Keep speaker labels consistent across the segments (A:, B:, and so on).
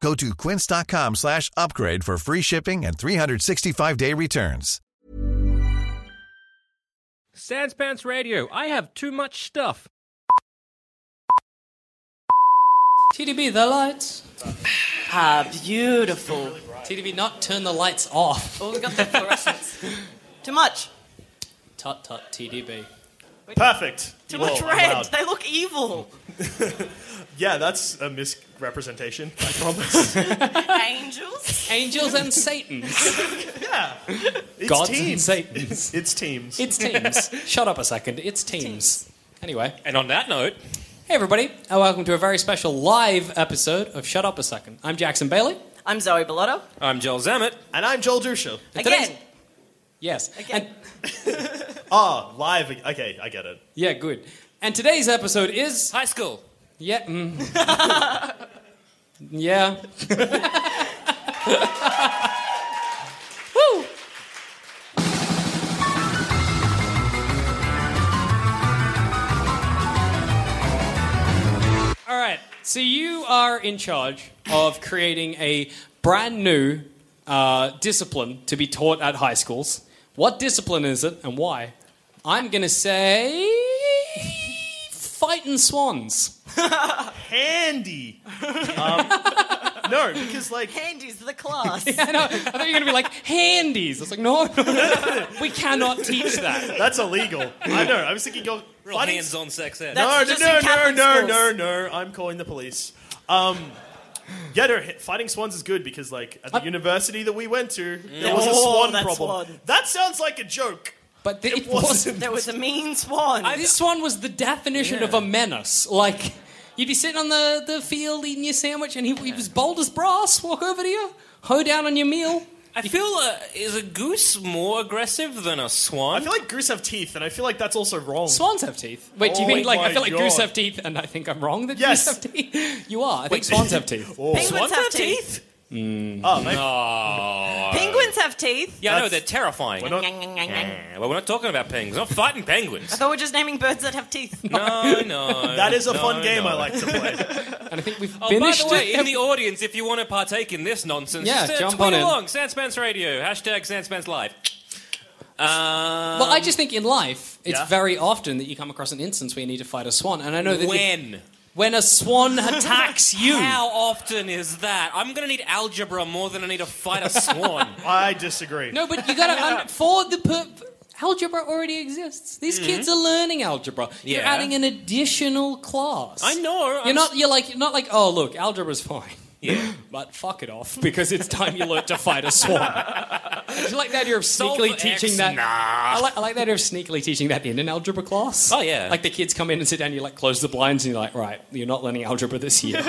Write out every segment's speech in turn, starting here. A: Go to quince.com slash upgrade for free shipping and 365-day returns.
B: Sans Pants Radio. I have too much stuff.
C: TDB, the lights.
D: Ah, beautiful.
C: TDB, not turn the lights off.
D: Oh, we got the fluorescence. Too much.
C: Tut tut, TDB.
E: Perfect.
D: Too
E: Whoa,
D: much
E: I'm
D: red.
E: loud.
D: They look evil.
E: Yeah, that's a misrepresentation. I promise.
D: Angels.
C: Angels and Satans.
E: It's
C: Gods and
E: teams.
C: Satans.
E: It's teams.
C: It's teams. Shut up a second. It's teams. Anyway.
B: And on that note,
C: Hey, everybody, and welcome to a very special live episode of Shut Up a Second. I'm Jackson Bailey.
D: I'm Zoe Bellotto.
B: I'm Joel Zammit.
E: and I'm Joel Dusha.
C: today's-
D: Again.
C: Yes.
D: Again.
C: And,
E: Ah, live. ag- Okay, I get it.
C: yeah, good. And today's episode is.
B: High school.
C: Yeah. Mm. yeah. Woo! All right. So you are in charge of creating a brand new uh, discipline to be taught at high schools. What discipline is it, and why? I'm gonna say fighting swans.
E: Handy. Um, no, because like
D: Handy's the class.
C: I know. I thought you were going to be like handies. I was like, no, no, no. we cannot teach that.
E: that's illegal. I know. I was thinking you're
B: Real
E: fighting-
B: hands-on sex ed.
D: That-
E: No,
D: That's just
E: no,
D: in
E: no,
D: Catholic
E: no,
D: schools.
E: no, no. I'm calling the police. Um, yeah, no, hi- fighting swans is good because like at the university that we went to, there was a
D: Oh,
E: swan
D: that
E: problem.
D: swan.
E: That sounds like a joke.
C: But the, it,
E: wasn't.
C: wasn't.
D: there was a mean swan.
C: This one was the definition of a menace. Like, you'd be sitting on the, the field eating your sandwich, and he, he was bold as brass, walk over to you, hoe down on your meal.
B: I feel uh, is a goose more aggressive than a
E: I
B: swan?
E: feel like goose have teeth, and I feel like that's also wrong.
C: Swans have teeth. Wait, do you
E: Oh
C: mean like
E: my
C: I feel like goose
E: God.
C: have teeth, and I think I'm wrong that
E: Yes.
C: goose have teeth? You are. I think swans have teeth.
D: Penguins have teeth.
E: Oh, mate.
D: Penguins have teeth.
B: yeah, I know
E: That's-
B: they're terrifying.
E: We're not-
B: Yeah, well, we're not talking about penguins. We're not fighting penguins.
D: So we're just naming birds that have teeth.
B: no, no.
E: That is a
B: no,
E: fun game
B: no.
E: I like to play.
C: And I think we've
B: Oh,
C: finished
B: by the way,
C: it.
B: in the audience, if you want to partake in this nonsense,
C: Yeah,
B: just, uh,
C: jump
B: tweet
C: on in.
B: along. Sandspans Radio hashtag Sandspans Live. Um,
C: Well, I just think in life, it's
E: Yeah.
C: very often that you come across an instance where you need to fight a swan. And I know that if-
B: when?
C: when a swan attacks you.
B: How often is that? I'm going to need algebra more than I need to fight a swan.
E: I disagree.
C: No, but you gotta un- for the per- algebra already exists. These kids are learning algebra. You're
B: Mm-hmm. Yeah.
C: adding an additional class.
B: I know.
C: You're
B: I'm
C: not. You're like. You're not like. Oh, look, algebra's fine.
B: Yeah.
C: But fuck it off because it's time you learnt to fight a swan. I just like the idea of
B: Solve
C: sneakily
B: for
C: teaching
B: X,
C: that.
B: nah.
C: I like, I like the idea of sneakily teaching that in an algebra class.
B: Oh, yeah.
C: Like the kids come in and sit down, you like close the blinds and you're like, right, you're not learning algebra this year.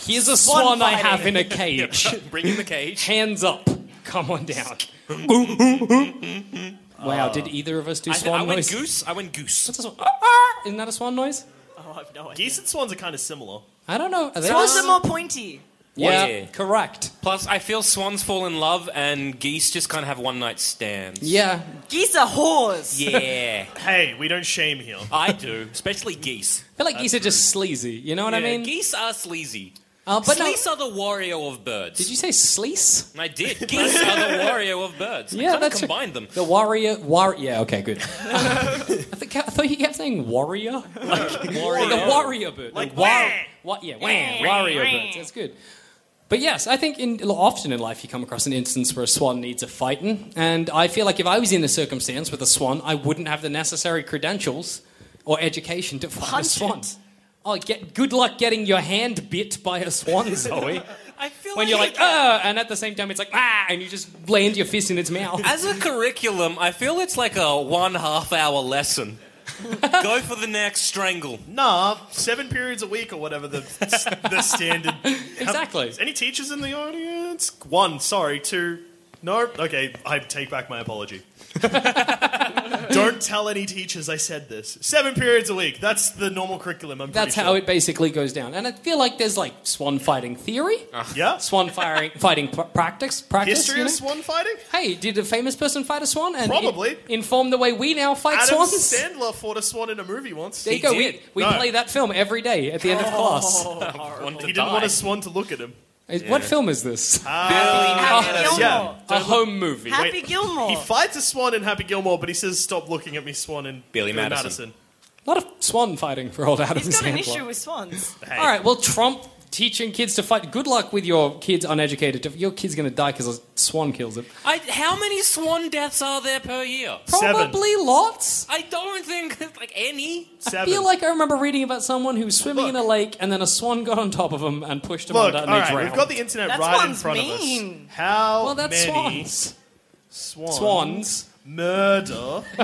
C: Here's a swan I have in a cage.
B: Bring in the cage.
C: Hands up. Come on down. Uh, wow, did either of us do
B: I, th- I
C: swan
B: went
C: noise?
B: goose. I went goose.
C: What's a swan- Ah, ah! Isn't that a swan noise?
D: Oh, I've no idea.
E: Geese and swans are kind of similar.
C: I don't know. Are they
D: Swans are more pointy.
C: yeah,
B: Yeah.
C: correct.
B: Plus, I feel swans fall in love and geese just kind of have one night stands.
C: Yeah.
D: Geese are whores.
B: Yeah,
E: Hey, we don't shame here.
B: I do, especially geese.
C: I feel like geese are just sleazy. You know what I
B: Yeah,
C: mean?
B: geese are sleazy.
C: Uh, but no,
B: geese are the warrior of birds.
C: did you say sleace?
B: I did. Geese are the warrior of birds. I kind of combined them.
C: The warrior, war. Yeah, okay, good. I, think, I thought you kept saying warrior, like warrior. the warrior bird,
E: Like
C: war,
E: wah.
C: wa- yeah, wah, warrior birds. That's good. But yes, I think in, often in life you come across an instance where a swan needs a fighting, and I feel like if I was in a circumstance with a swan, I wouldn't have the necessary credentials or education to fight
D: Punch
C: a swan.
D: it.
C: Oh, get, good luck getting your hand bit by a swan, Zoe.
B: I feel
C: when you're like, uh, and at the same time it's like, ah, and you just land your fist in its mouth.
B: As a curriculum, I feel it's like a one half hour lesson. Go for the next strangle.
E: Nah, seven periods a week or whatever the the standard.
C: Exactly.
E: Is Any teachers in the audience? One, sorry, two. No, okay, I take back my apology. Don't tell any teachers I said this. Seven periods a week. That's the normal curriculum. I'm
C: That's
E: pretty
C: how
E: sure.
C: it basically goes down. And I feel like there's like swan fighting theory,
E: Yeah.
C: swan firing, fighting pr- practice, practice.
E: Uh-huh. History
C: you
E: of swan
C: know?
E: fighting.
C: Hey, did a famous person fight a swan? And
E: Probably.
C: it inform the way we now fight
E: Adam
C: swans.
E: Sandler fought a swan in a movie once.
C: there you
E: he
C: go.
B: did.
C: We, we
E: No. Oh.
C: play that film every day at the end of class.
B: Want to
E: didn't want
B: die.
E: a swan to look at him.
C: Is- What film is
E: Uh,
C: this?
D: Happy Gilmore.
E: Yeah.
C: a home movie.
D: Happy Gilmore.
C: Oh.
E: He fights a swan in Happy Gilmore, but he says, "Stop looking at me, swan." And
B: Billy Madison.
C: A lot of swan fighting for old Adam
D: He's got an
C: Sandler.
D: issue with swans.
E: Hey.
C: All right. Well, Trump teaching kids to fight. Good luck with your kids uneducated. Your kid's going to die because a swan kills him.
B: I, how many swan deaths are there per year?
E: Seven.
C: Probably lots.
B: I don't think like any.
E: Seven.
C: I feel like I remember reading about someone who was swimming in a
E: Look.
C: lake and then a swan got on top of him and pushed him
E: Look, all
C: under and
E: right,
C: they drowned.
E: we've got the internet
D: That
E: right in
D: swan's
E: front
D: mean.
E: of us. How
C: well, that's
E: many
C: swans.
E: swans,
C: Swans.
E: murder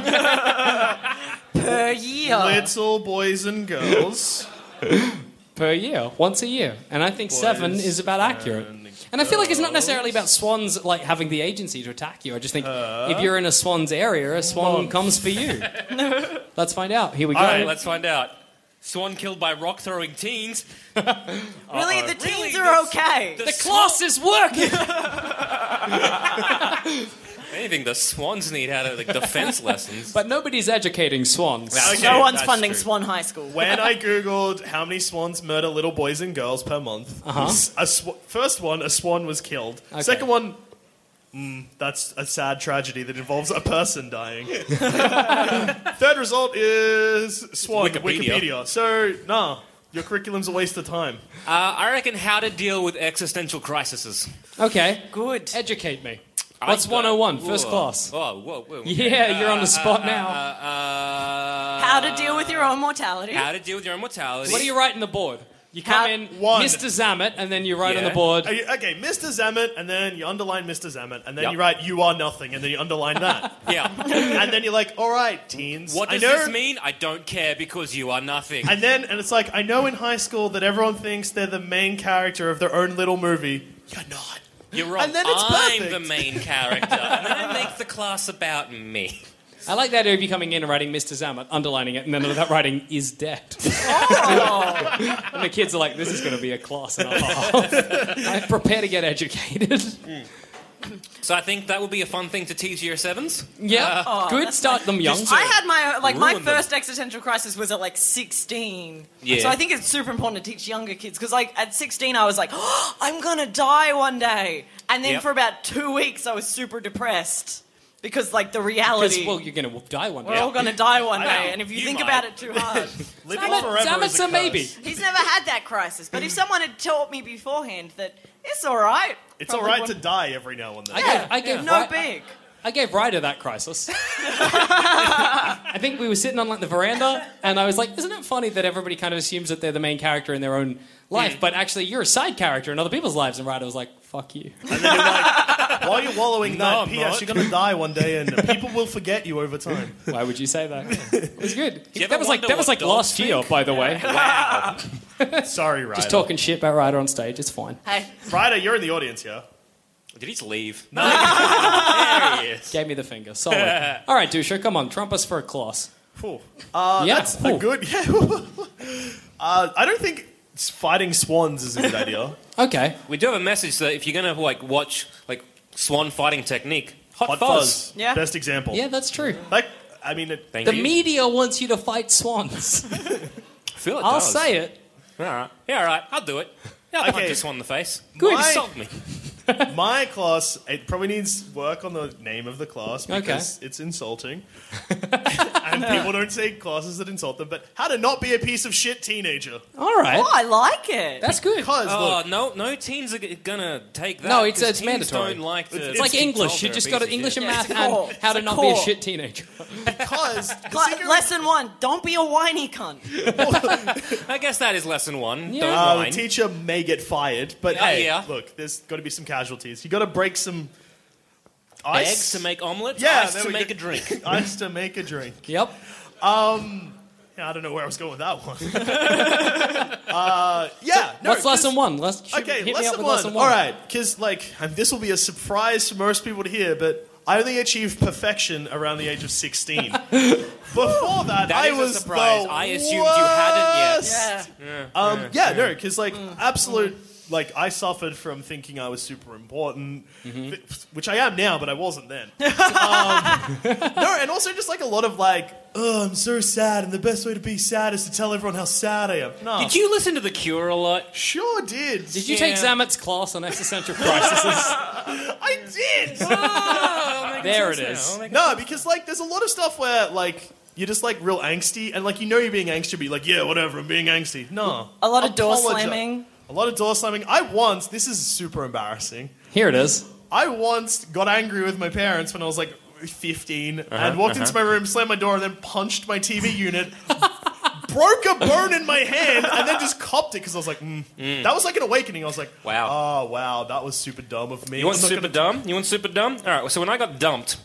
D: Per year.
E: little boys and girls?
C: per year, once a year, and I think seven is about accurate. And I feel like it's not necessarily about swans like having the agency to attack you. I just think
E: Uh.
C: if you're in a swan's area, a swan comes for you. Let's find out. Here we go.
E: All right.
B: Let's find out. Swan killed by rock throwing teens.
D: really, the teens
B: Really,
D: are
B: the-
D: okay.
C: The class is working.
B: Anything the swans need out of like defense lessons.
C: but nobody's educating swans.
B: Wow.
E: Okay,
D: no one's
E: that's
D: funding
E: true.
D: Swan High School.
E: When I googled how many swans murder little boys and girls per month, s- a sw- first one, a swan was killed.
C: Okay.
E: Second one, mm, that's a sad tragedy that involves a person dying. Third result is swan
B: Wikipedia.
E: Wikipedia. So nah, your curriculum's a waste of time.
B: Uh, I reckon how to deal with existential crises.
C: Okay.
D: Good.
C: Educate me. What's
B: I-
C: 101, first
B: Whoa.
C: class?
B: Oh, whoa, whoa.
C: Yeah, you're on the spot now.
B: Uh,
D: How to deal with your own mortality.
B: How to deal with your own mortality.
C: What do you write on the board? You come
D: How-
C: in,
E: One.
C: Mr. Zamet, and then you write on the
B: Yeah.
C: board.
E: Okay, okay, Mr. Zamet, and then you underline Mr. Zamet, and then
B: Yep.
E: you write "You are nothing," and then you underline that,
B: Yeah.
E: and then you're like, "All right, teens,
B: What
E: I
B: does
E: know-
B: this mean? I don't care because you are nothing.
E: And then, and it's like, I know in high school that everyone thinks they're the main character of their own little movie. You're not.
B: You're wrong.
E: and then it's
B: I'm
E: perfect.
B: the main character. and then I make the class about me.
C: I like that idea of you coming in and writing Mr. Zamet, underlining it, and then without writing is dead. and the kids are like, this is going to be a class and a half. I prepare to get educated.
B: So I think that would be a fun thing to teach year sevens.
C: Yeah, good.
D: that's
C: Start them young.
D: I had my like my
B: Ruined them.
D: first existential crisis was at like 16.
B: Yeah.
D: So I think it's super important to teach younger kids because like at 16 I was like, "Oh, I'm gonna die one day, and then
B: Yep.
D: for about two weeks I was super depressed because like the
C: 'Cause,
D: reality
C: well, you're going to die one
D: we're
C: day.
D: all gonna die one
E: I
D: day,
E: know.
D: and if you,
E: You
D: think
E: might.
D: about it too hard,
E: Living
C: Zamet-
E: forever
C: Zamet's
E: is a
C: a maybe.
E: curse.
D: he's never had that crisis. But if someone had taught me beforehand that it's all right,
E: It's all right to die every now and then.
C: I
D: yeah,
C: gave, I gave
D: no
C: Ry-
D: big.
C: I gave Ryder that crisis. I think we were sitting on like the veranda, and I was like, "Isn't it funny that everybody kind of assumes that they're the main character in their own life, but actually you're a side character in other people's lives?" And Ryder was like, "Fuck you."
E: and then you're like, while you're wallowing that,
B: I'm
E: P.S.,
B: not.
E: you're gonna die one day, and people will forget you over time.
C: Why would you say that? It was good.
B: you ever
C: that was like
B: wonder
C: that was
B: what
C: like last
B: dogs
C: year, by the way.
E: Sorry, Ryder.
C: Just talking shit about Ryder on stage. It's fine.
D: Hey,
E: Ryder, you're in the audience here.
B: Did he just leave?
E: there he is.
C: Gave me the finger. Solid. All right, Dusha, come on, trump us for a class.
E: Phew.
C: yeah,
E: Uh, That's a
C: cool.
E: good. Yeah. uh, I don't think s- fighting swans is a good idea.
C: Okay,
B: We do have a message that if you're gonna like watch like swan fighting technique,
C: hot,
E: Hot
C: fuzz.
E: fuzz.
D: Yeah.
E: Best example.
C: Yeah, that's true.
E: Like, I mean, it,
B: thank
C: The
B: you.
C: media wants you to fight swans.
B: I feel it
C: I'll
B: does.
C: say it.
B: All right. Yeah, all right. I'll do it. Yeah, I'll
E: Okay.
B: punch a swan in the face.
C: Good.
B: Insult me.
E: My class, it probably needs work on the name of the class because it's insulting. and people don't say classes that insult them, but how to not be a piece of shit teenager.
C: All right.
D: Oh, I like it.
C: That's good.
E: Because,
B: Oh
E: look,
B: no, no teens are g- gonna take that.
C: No, it's-
B: 'cause
C: it's
B: teens
C: mandatory.
B: Don't like to
C: It's like
B: be
C: English.
B: told
C: You
B: they're
C: just
B: a
C: got
B: piece of
C: English
B: shit.
C: and
D: Yeah,
C: math
D: it's a
C: and
D: core.
C: how
D: It's
C: to
D: a
C: not be a
D: core.
C: shit teenager.
E: because the
D: Cla-
E: secret-
D: lesson one: Don't be a whiny cunt.
B: I guess that is lesson one.
C: Yeah.
B: Don't
E: Uh, the
B: whine.
E: teacher may get fired, but
B: Yeah,
E: hey,
B: yeah.
E: look, there's got to be some casualties. You got to break some ice
B: Eggs to make omelets.
E: Yeah,
B: ice
E: there
B: to
E: we
B: make
E: go.
B: a drink.
E: ice to make a drink.
C: yep.
E: Yeah, I don't know where I was going with that one. uh, yeah, no,
C: What's lesson one? Let's shoot,
E: Okay,
C: hit me up
E: lesson
C: with
E: one.
C: lesson one.
E: All right, because like and this will be a surprise for most people to hear, but I only achieved perfection around the age of sixteen. Before that,
B: That
E: I
B: is a
E: was
B: surprise.
E: the
B: I assumed you hadn't yet.
E: worst.
D: Yeah.
E: Um, yeah, no, because like absolute, like I suffered from thinking I was super important, th- which I am now, but I wasn't then. um, no, and also just like a lot of like, oh, I'm so sad, and the best way to be sad is to tell everyone how sad I am. No,
B: Did you listen to The Cure a lot?
E: sure did.
C: Did you take
B: Yeah.
C: Zamet's class on existential crises?
E: I did.
C: there it is.
E: no, because like there's a lot of stuff where like. You're just like real angsty, and like you know you're being angsty, but you're like, yeah, whatever, I'm being angsty. No.
D: A lot of door
E: Apologize.
D: slamming.
E: A lot of door slamming. I once, this is super embarrassing.
C: Here it is.
E: I once got angry with my parents when I was like 15
B: Uh-huh,
E: and walked into my room, slammed my door, and then punched my TV unit, broke a bone in my hand, and then just copped it because I was like, mm. that was like an awakening. I was like,
B: Wow.
E: oh, wow, that was super dumb of me.
B: You want
E: I'm not
B: super
E: gonna-
B: dumb? You want super dumb? All right. So when I got dumped,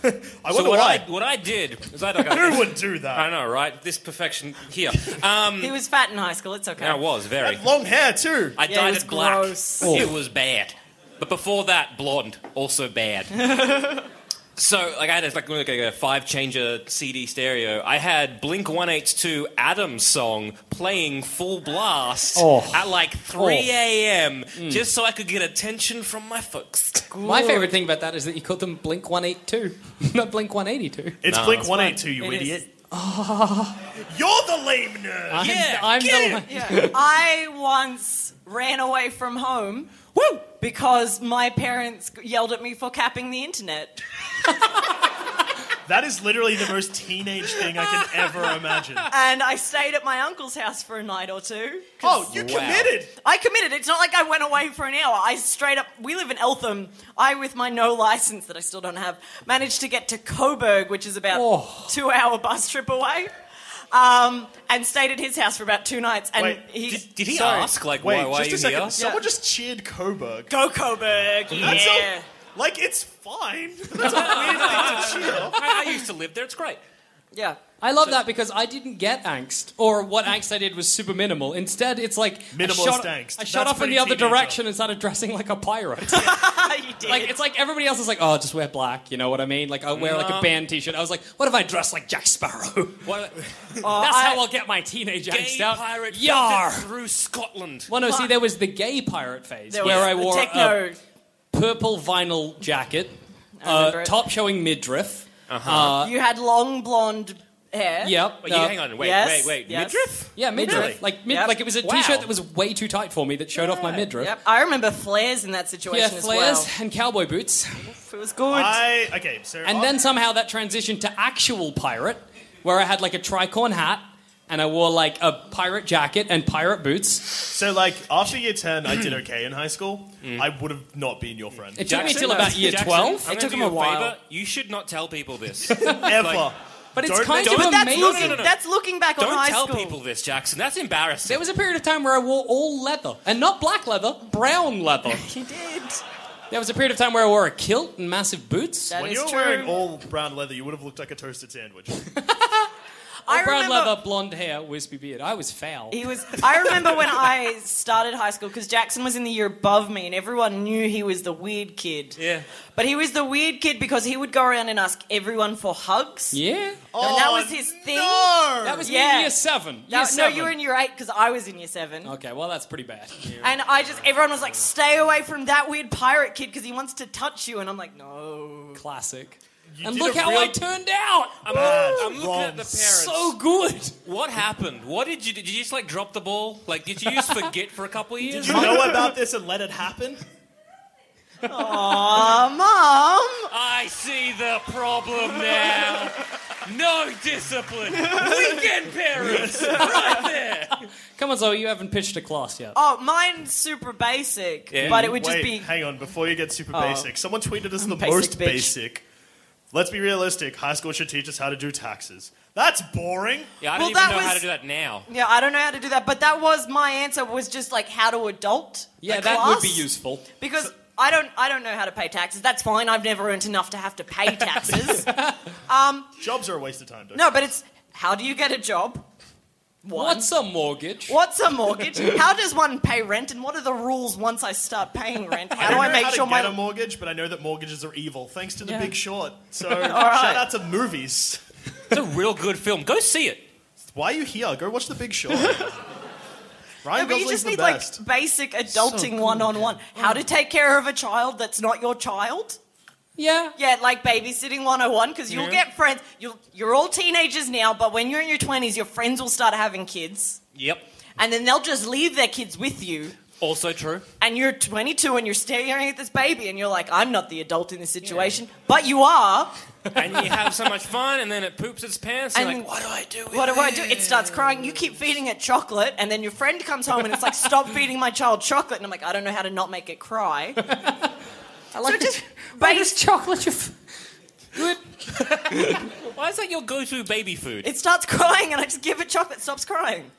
E: I
B: so
E: wonder
B: what
E: why.
B: I what I did was I like
E: Who would do
B: I
E: that?
B: know, right? This perfection here.
D: He was fat in high school. It's okay.
B: I was very.
E: Had long hair too.
B: I
D: Yeah, it
B: dyed
D: was
B: it black.
D: gross.
C: Oh.
B: It was bad. But before that, blonde, also bad. so like I had a, like, like a five changer CD stereo. I had Blink One Eight Two Adam's song playing full blast
C: Oh. Mm.
B: at like three a.m. just so I could get attention from my folks.
C: My favorite thing about that is that you called them Blink 182, not Blink 182.
E: It's Blink 182, you
D: It is.
E: idiot. You're the lame nerd.
C: I'm,
B: Yeah,
C: I'm
B: get
C: the
B: it!
C: one.
D: Yeah. I once ran away from home
C: Woo!
D: because my parents yelled at me for capping the internet.
E: that is literally the most teenage thing I can ever imagine.
D: And I stayed at my uncle's house for a night or two.
E: Oh, you
B: Wow.
E: committed.
D: I committed. It's not like I went away for an hour. I straight up. We live in Eltham. I, with my no license that I still don't have, managed to get to Coburg, which is about
C: Oh.
D: two hour bus trip away, um, and stayed at his house for about two nights. And
E: Wait,
D: he
B: Did, did he
E: Sorry.
B: ask like why?
E: Wait,
B: Why are
E: just a
B: you
E: second.
B: here?
E: Someone
D: Yeah.
E: just cheered Coburg.
D: go Coburg.
E: That's a-
D: Yeah.
E: like it's fine. That's a weird thing to cheer.
B: I, I used to live there. It's great.
D: yeah.
C: I love that because I didn't get angst, or what angst I did was super minimal. Instead, it's like
E: Minimalist
C: I shot,
E: angst.
C: I shot
E: That's
C: off in
E: pretty
C: the other
E: teenager.
C: direction and started dressing like a pirate.
D: you did.
C: like it's like everybody else is like, oh, just wear black. You know what I mean? Like I wear like a band T-shirt. I was like, what if I dress like Jack Sparrow?
B: What,
C: That's
D: I-
C: how I'll get my teenage
B: gay
C: angst out.
B: pirate
C: Yar.
B: fucked it through Scotland.
C: Well, no, see, there was the gay pirate phase
D: there
C: where
D: was
C: I
D: the
C: wore a
D: techno.
C: purple vinyl jacket,
D: remember
C: uh,
D: it.
C: top showing midriff.
D: you had long blonde hair.
C: Yep.
B: Wait, you,
C: uh,
B: hang on. Wait,
D: yes,
B: wait, wait.
D: yes.
B: Midriff.
C: Yeah, midriff.
B: Really?
C: Like mid,
D: Yep.
C: like it was a
B: Wow.
C: shirt that was way too tight for me that showed off my midriff.
D: Yep. I remember flares in that situation
C: Yeah,
D: as
C: flares and cowboy boots.
D: well. It was good.
E: I okay, so
C: And
E: I-
C: then somehow that transitioned to actual pirate, where I had like a tricorn hat and I wore like a pirate jacket and pirate boots.
E: so like after year ten, I did okay in high school.
B: Mm.
E: I would have not been your friend
C: It took me
B: Jackson,
C: till about year
B: Jackson,
C: 12.
B: I'm
D: It
B: gonna
D: took
B: do
D: him
B: you
D: a while.
B: Favor. You should not tell people this.
E: ever.
B: like-
C: But it's
E: Don't-
C: kind
B: don't-
C: of
D: but that's
C: amazing.
B: no,
D: looking,
B: no, no.
D: that's looking back on
B: Don't
D: high
B: tell
D: school.
B: people this, Jackson. That's embarrassing.
C: There was a period of time where I wore all leather, and not black leather, brown leather.
D: He did.
C: There was a period of time where I wore a kilt and massive boots.
D: That
E: when
D: is
E: you were
D: true.
E: wearing all brown leather, you would have looked like a toasted sandwich.
D: I
C: brown
D: remember,
C: leather, blonde hair, wispy beard. I was foul.
D: He was. I remember when I started high school because Jackson was in the year above me, and everyone knew he was the weird kid.
B: Yeah.
D: But he was the weird kid because he would go around and ask everyone for hugs.
C: Yeah.
D: And that was his thing.
E: Oh, No!
C: That was me
D: Oh, Yeah.
C: in year seven. Year
D: No, no,
C: seven.
D: you were in year eight because I was in year seven.
C: Okay, well, that's pretty bad.
D: And I just, everyone was like, stay away from that weird pirate kid because he wants to touch you. And I'm like, no.
C: Classic.
E: You
C: and
E: did
C: look
E: a
C: how
E: real
C: I turned out.
B: I'm,
E: Bad,
B: I'm looking
E: wrong.
B: at the parents.
C: So good.
B: what happened? What did you? do? Did you just like drop the ball? Like, did you just forget for a couple of years?
E: you know about this and let it happen?
D: Uh, Mom,
B: I see the problem now. No discipline. Weekend parents. Right there.
C: Come on, Zoe, you haven't pitched a class yet.
D: oh, mine's super basic,
B: Yeah.
D: but it would
E: Wait,
D: just be
E: hang on. Before you get super basic, someone tweeted us the
D: basic
E: most
D: bitch.
E: basic. Let's be realistic. High school should teach us how to do taxes. That's boring.
B: Yeah, I don't
D: Well,
B: even
D: that
B: know how
D: was-
B: to do that now.
D: Yeah, I don't know how to do that, but that was my answer was just like how to adult.
C: yeah,
D: the
C: that would be
D: class.
C: useful.
D: Because I don't I don't know how to pay taxes. That's fine. I've never earned enough to have to pay taxes.
E: Jobs are a waste of time. Don't
D: no, but it's how do you get a job?
C: What's a mortgage?
D: What's a mortgage? How does one pay rent and what are the rules once I start paying rent? How do
E: don't
D: I
E: know
D: make
E: how
D: sure
E: to
D: my
E: get a mortgage? But I know that mortgages are evil, thanks to The
D: Yeah.
E: Big Short. So
D: right.
E: shout out to movies.
B: It's a real good film. Go see it.
E: Why are you here? Go watch The Big Short. Ryan
D: No, but you
E: Gosling's
D: just
E: the
D: need
E: best.
D: like basic adulting one on one. How to take care of a child that's not your child?
C: Yeah.
D: Yeah, like babysitting 101 because you'll get friends. You'll, you're all teenagers now, but when you're in your 20s, your friends will start having kids.
B: Yep.
D: and then they'll just leave their kids with you
B: Also true.
D: and you're 22 and you're staring at this baby and you're like i'm not the adult in this situation but you are
B: And you have so much fun, and then it poops its pants. And, you're
D: And-
B: like, what do I do? With
D: what do i do
B: this?"
D: it starts crying you keep feeding it chocolate and then your friend comes home and it's like stop feeding my child chocolate and i'm like i don't know how to not make it cry I like just
C: It's chocolate. You f- good.
B: Why is that your go-to baby food?
D: it starts crying and i just give it chocolate stops crying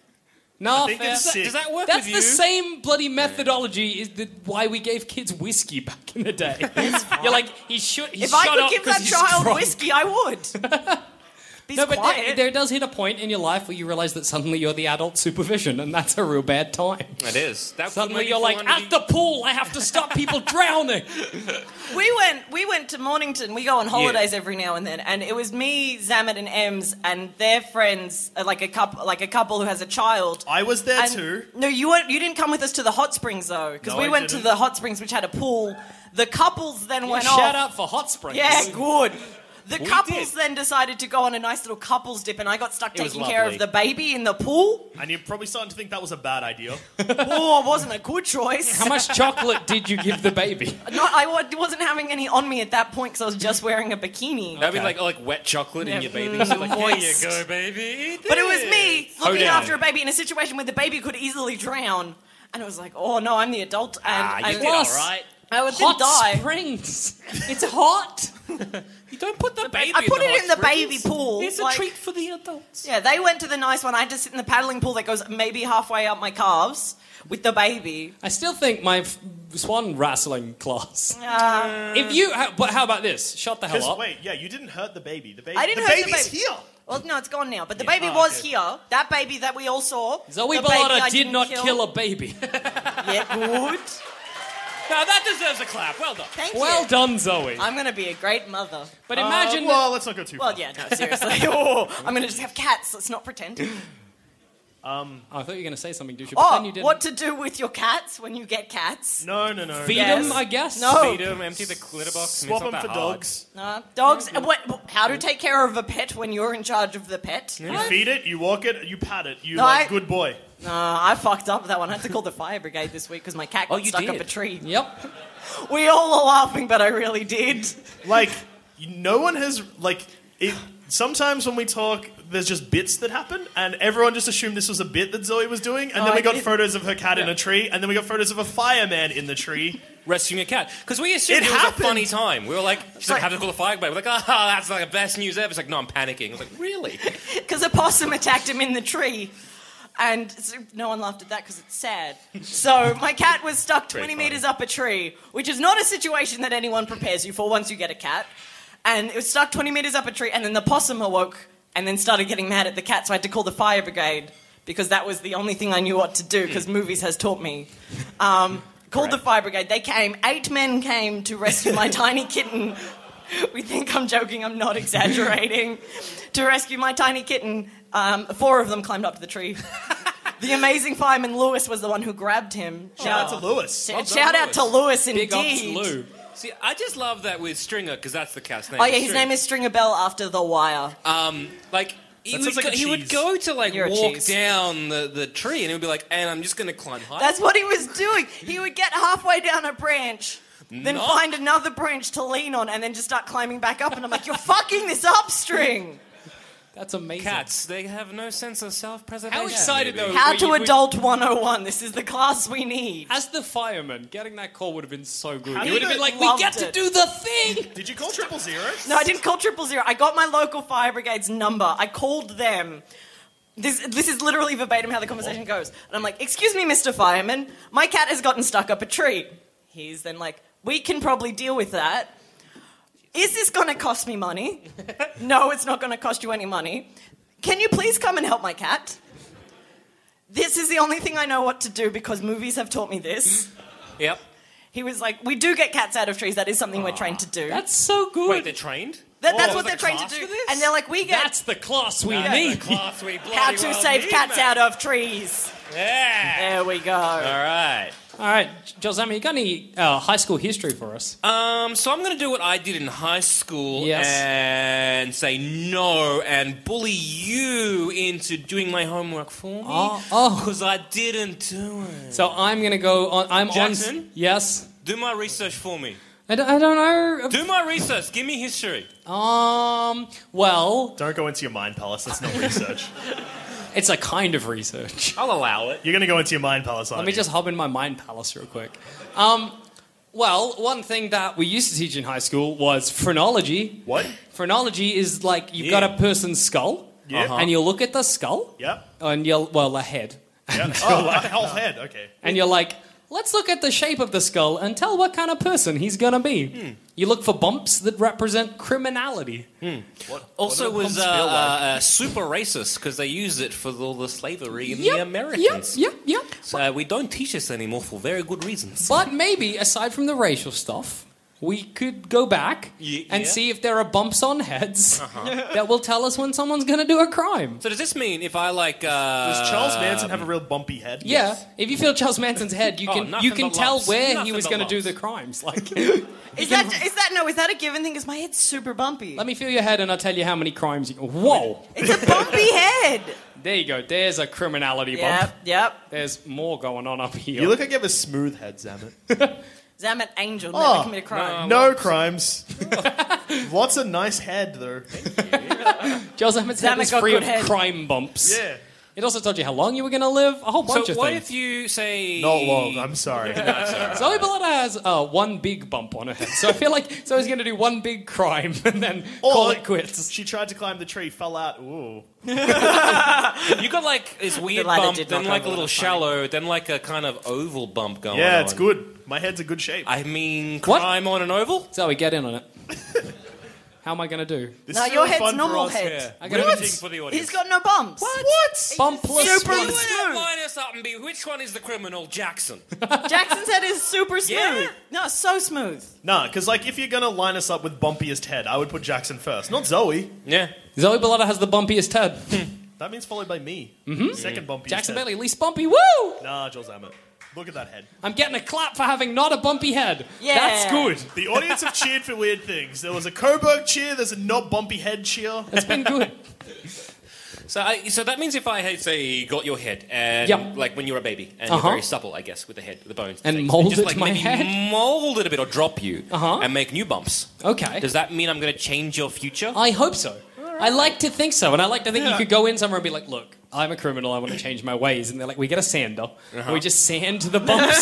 C: No,
E: think
C: fair.
E: it's sick.
B: Does that work
C: That's
B: with you?
C: the same bloody methodology is that why we gave kids whiskey back in the day. You're like, he should. He
D: if
C: shut
D: i could
C: up
D: give
C: 'cause
D: that
C: he's
D: child
C: drunk.
D: whiskey i would Be
C: No, but
D: quiet.
C: there, there does hit a point in your life where you realize that suddenly you're the adult supervision, and that's a real bad time.
B: It is. That
C: Suddenly
B: maybe
C: you're like,
B: 400
C: at the pool, I have to stop people drowning.
D: We went we went to Mornington. We go on holidays every now and then, and it was me, Zamet, and Ems, and their friends, uh, like a couple, like a couple who has a child.
E: I was there
D: And-
E: too.
D: No, you weren't. You didn't come with us to the hot springs though, because
E: No,
D: we
E: I
D: went
E: didn't.
D: to the hot springs, which had a pool. The couples then went off.
C: Shout out for hot springs.
D: Yeah, good. The
B: We
D: couples
B: did.
D: then decided to go on a nice little couples dip, and I got stuck
B: It was
D: taking care of
B: lovely.
D: the baby in the pool.
E: And you're probably starting to think that was a bad idea.
D: Oh, it wasn't a good choice.
C: How much chocolate did you give the baby?
D: No, I wa- wasn't having any on me at that point because I was just wearing a bikini.
B: That'd be like "Oh, like wet chocolate in your bathing suit. Like, here you go, baby. Eat
D: But it was me
B: this."
D: looking
B: Hoedown.
D: after a baby in a situation where the baby could easily drown. And it was like, oh no, I'm the adult. And,
B: Ah, you
D: and
B: did all right.
D: I would then
C: Hot
D: die.
C: springs. It's hot.
B: You don't put the baby.
D: I put
B: in the
D: it in the
B: hot springs.
D: baby pool.
B: It's
D: like-
B: a treat for the adults.
D: Yeah, they went to the nice one. I had to sit in the paddling pool that goes maybe halfway up my calves with the baby.
C: I still think my f- swan wrestling class. if you, how, but how about this? Shut the hell
E: Because
C: up.
E: wait, yeah, you didn't hurt the baby. The baby.
D: I didn't
E: the
D: hurt the
E: baby's
D: baby.
E: here.
D: Well, no, it's gone now. But the
E: Yeah.
D: baby
E: Ah,
D: was
E: good.
D: here. That baby that we all saw.
C: Zoe
D: the baby I
C: Bellotta did
D: didn't
C: not kill. a baby.
D: Yeah, good.
B: Now that deserves a clap. Well done.
D: Thank
C: well
D: you.
C: done, Zoe.
D: I'm going to be a great mother.
C: but
E: Uh,
C: imagine.
E: well, let's not go too far.
D: Well, yeah, no, seriously. oh, I'm going to just have cats. Let's not pretend.
C: oh, I thought you were going to say something, douche. but then
D: Oh,
C: you didn't.
D: what to do with your cats when you get cats?
E: No, no, no.
C: Feed
D: Yes.
C: them, I guess.
D: No.
B: Feed 'em, empty the litter box. I mean,
E: Swap
B: it's
E: them
B: not
E: for
B: that hard.
E: dogs.
D: Uh, dogs. uh, What, wh- how to take care of a pet when you're in charge of the pet?
E: You feed it, you walk it, you pat it. You
D: No,
E: like
D: I-
E: good boy.
D: No, I fucked up with that one. I had to call the fire brigade this week because my cat got
B: Oh, you
D: stuck up
B: did?
D: a tree.
C: Yep.
D: We all are laughing, but I really did.
E: Like you- no one has like it. Sometimes when we talk, there's just bits that happen, and everyone just assumed this was a bit that Zoe was doing. And
D: Oh,
E: then we
D: I
E: got
D: did-
E: photos of her cat in a tree, and then we got photos of a fireman in the tree.
B: Rescuing a cat because we assumed
E: It
B: it, was
E: happened.
B: a funny time. We were like, she's
D: Right.
B: like, have to call the fire brigade. We're like, ah, that's like the best news ever. It's like, no, I'm panicking. I was like, really?
D: Because a possum attacked him in the tree. And so no one laughed at that because it's sad. So my cat was stuck 20
B: funny.
D: meters up a tree, which is not a situation that anyone prepares you for once you get a cat. And it was stuck 20 meters up a tree, and then the possum awoke and then started getting mad at the cat, so I had to call the fire brigade because that was the only thing I knew what to do because movies has taught me. Um, called the fire brigade. They came, eight men came to rescue my tiny kitten we think I'm joking, I'm not exaggerating. to rescue my tiny kitten, um, four of them climbed up to the tree. the amazing fireman Lewis was the one who grabbed him.
E: Shout out to Lewis.
D: Shout, shout out to Lewis, indeed.
C: Big ups, Lou.
B: See, I just love that with Stringer because that's the cat's name.
D: Oh yeah, his name is Stringer Bell after The Wire.
B: Um, like he,
E: That
B: would
E: sounds
B: go,
E: like a
B: he would
E: cheese.
B: go to like
D: You're a
B: walk
D: cheese.
B: down the, the tree and he would be like, and I'm just gonna climb high.
D: That's what he was doing. He would get halfway down a branch Then
B: Not-
D: find another branch to lean on and then just start climbing back up. And I'm like, you're fucking this up string.
C: That's amazing.
B: Cats, they have no sense of self preservation.
C: How excited though?
D: How
C: were
D: to
C: you- were-
D: adult 101. This is the class we need.
C: As the fireman, getting that call would have been so good.
E: How
C: You
E: do
C: would have
E: you-
C: been like, "We
D: Loved
C: get to
D: it.
C: do the thing."
E: Did you call triple zero?
D: No, I didn't call triple zero. I got my local fire brigade's number. I called them. This, this is literally verbatim how the conversation goes. And I'm like, Excuse me, Mr. Fireman, my cat has gotten stuck up a tree. He's then like, We can probably deal with that. Is this going to cost me money? no, it's not going to cost you any money. Can you please come and help my cat? This is the only thing I know what to do because movies have taught me this.
B: Yep.
D: He was like, We do get cats out of trees. That is something we're trained to do.
C: That's so good.
B: Wait, they're trained?
D: That, that's
B: Whoa.
D: what they're
B: There's a
D: trained to
B: class
D: do.
B: Oh, for this?
D: And they're like, we get
C: That's the class we
B: That's
C: need.
B: the class we bloody
D: how to
B: well
D: save
B: need,
D: cats
B: mate.
D: out of trees.
B: Yeah.
D: There we go.
B: All right.
C: All right, Josami, you got any uh, high school history for us?
B: Um, so I'm going to do what I did in high school
C: Yes.
B: and say no and bully you into doing my homework for me
C: Oh, oh.
B: because I didn't do it.
C: so I'm gonna go on. I'm on.
B: Jackson?
C: Yes.
B: Do my research for me.
C: I don't, I don't
B: Do my research. Give me history.
C: know. Um. Well,
E: Don't go into your mind palace. That's not research.
C: it's a kind of research.
B: I'll allow it.
E: You're going to go into your mind palace, aren't
C: Let me
E: you?
C: just hop in my mind palace real quick. Um. Well, one thing that we used to teach in high school was phrenology.
E: What?
C: Phrenology is like you've
B: Yeah.
C: got a person's skull,
E: Yeah. Uh-huh.
C: and you look at the skull,
E: Yep.
C: and you'll well a head,
E: Yep. Oh, a whole head. Okay.
C: and you're like, let's look at the shape of the skull and tell what kind of person he's gonna be.
B: Hmm.
C: You look for bumps that represent criminality.
B: Also,
E: What do
B: was
E: the
B: uh,
E: pumps feel like?
B: uh, uh, super racist because they used it for all the slavery in the
C: Yep,
B: Americans.
C: Yep, yep, yep.
B: So uh, we don't teach this anymore for very good reasons.
C: But maybe aside from the racial stuff, we could go back
B: Ye-
C: and
B: yeah. Uh-huh.
C: see if there are bumps on heads that will tell us when someone's going to do a crime.
B: So does this mean if I like? Uh,
E: Does Charles Manson have a real bumpy head?
C: Yeah, if you feel Charles Manson's head, you
B: Oh,
C: can
B: nothing
C: you can
B: but
C: tell
B: lumps.
C: where he
B: Nothing
C: was
B: but
C: going to do
B: lumps.
C: the crimes. Like,
D: Is that is that no? Is that a given thing? Because my head's super bumpy.
C: let me feel your head and I'll tell you how many crimes you. Whoa,
D: it's a bumpy head.
C: there you go. There's a criminality
D: Yep,
C: bump.
D: yep.
C: There's more going on up here.
E: You look like you have a smooth head, Zamet.
D: Zam an angel,
E: Oh.
D: never commit a crime.
E: No crimes. Lots of nice head, though.
C: Charles Manson's head
D: Zamet
C: is
D: got
C: free
D: good
C: of
D: head.
C: crime bumps.
E: Yeah.
C: It also told you how long you were going to live. A whole bunch
B: So
C: of
B: what
C: things.
B: if you say
E: Not long. I'm sorry.
C: Zoe Bellotta has uh, one big bump on her head, so I feel like Zoe's going to do one big crime and then call
E: Or-
C: it quits.
E: She tried to climb the tree, fell out. Ooh.
B: You got like this weird
D: ladder
B: bump,
D: did
B: then
D: not
B: like a
D: go
B: little
D: well, that's
B: shallow, then like a kind of oval bump going on.
E: Yeah, it's good. My head's a good shape.
B: I mean,
C: What?
B: crime on an oval?
C: Zoe, get in on it. How am I going to do?
E: This
D: No,
E: is
D: your
E: really
D: head's
E: fun for
D: normal
E: us.
D: head.
C: I
B: What?
C: gotta
B: What?
C: do-
B: For the audience.
D: He's got no bumps.
E: What?
C: Bumpless.
D: Super
C: smooth.
D: smooth.
B: Line us up and be which one is the criminal, Jackson?
D: Jackson's head is super smooth.
B: Yeah.
D: No, so smooth.
E: Nah, because like if you're gonna line us up with bumpiest head, I would put Jackson first, not Zoe.
B: yeah.
C: Zoe Bellotta has the bumpiest head.
E: That means followed by me. Mm-hmm. Second bumpiest.
C: Jackson
E: head.
C: Bailey, least bumpy. Woo!
E: Nah, Joel Zammett. Look at that head.
C: I'm getting a clap for having not a bumpy head.
D: Yeah.
C: That's good.
E: The audience have cheered for weird things. There was a Coburg cheer. There's a not bumpy head cheer.
C: It's been good.
B: So I, so that means if I had say got your head and
C: Yeah.
B: like when you were a baby and
C: Uh-huh.
B: you're very supple, I guess, with the head, with the bones,
C: And
B: things,
C: mold
B: just
C: it
B: like
C: my
B: maybe
C: head?
B: mold it a bit or drop you
C: Uh-huh.
B: and make new bumps.
C: Okay.
B: Does that mean I'm going to change your future?
C: I hope so. I like to think so, and I like to think you
E: Yeah.
C: could go in somewhere and be like, "Look, I'm a criminal. I want to change my ways." And they're like, "We get a sander. and
B: Uh-huh.
C: We just sand the bumps."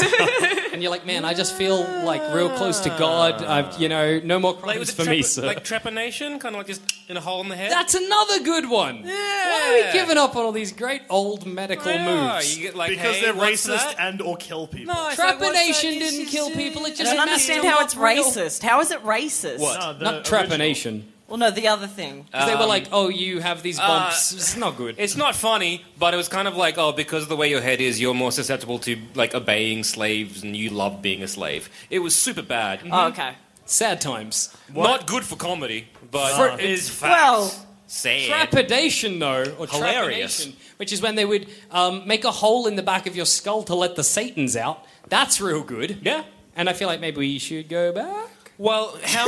C: and you're like, "Man, I just feel like real close to God. I've, you know, no more crimes
B: like was it
C: for
B: trepa-
C: me, sir."
B: like trepanation, kind of like just in a hole in the head.
C: That's another good one. Why are we giving up on all these great old medical
B: I know.
C: moves?
B: You get like,
E: Because
B: hey,
E: they're
B: what's
E: racist
B: that?
E: and or kill people.
B: No, it's like, what's that?
C: Trepanation
B: It's
C: didn't
B: just,
C: kill
B: uh,
C: people.
D: I
C: It just
D: don't
C: made
D: understand
C: them
D: how
C: not
D: it's
C: real.
D: racist. How is it racist?
E: Nah, the
C: Not
E: original.
C: trepanation.
D: Well, no, the other thing.
C: 'Cause they were
B: Um,
C: like, "Oh, you have these
B: uh,
C: bumps. it's not good."
B: It's not funny, but it was kind of like, oh, because of the way your head is, you're more susceptible to like obeying slaves, and you love being a slave. It was super bad.
C: Mm-hmm.
D: Oh, okay.
C: Sad times.
B: Not good for comedy, but
C: For-
B: it is fact.
D: Well-
B: sad.
C: Trepidation, though, or
B: Hilarious.
C: trepidation, which is when they would um, make a hole in the back of your skull to let the satans out. That's real good.
B: Yeah.
C: And I feel like maybe we should go back.
B: Well, how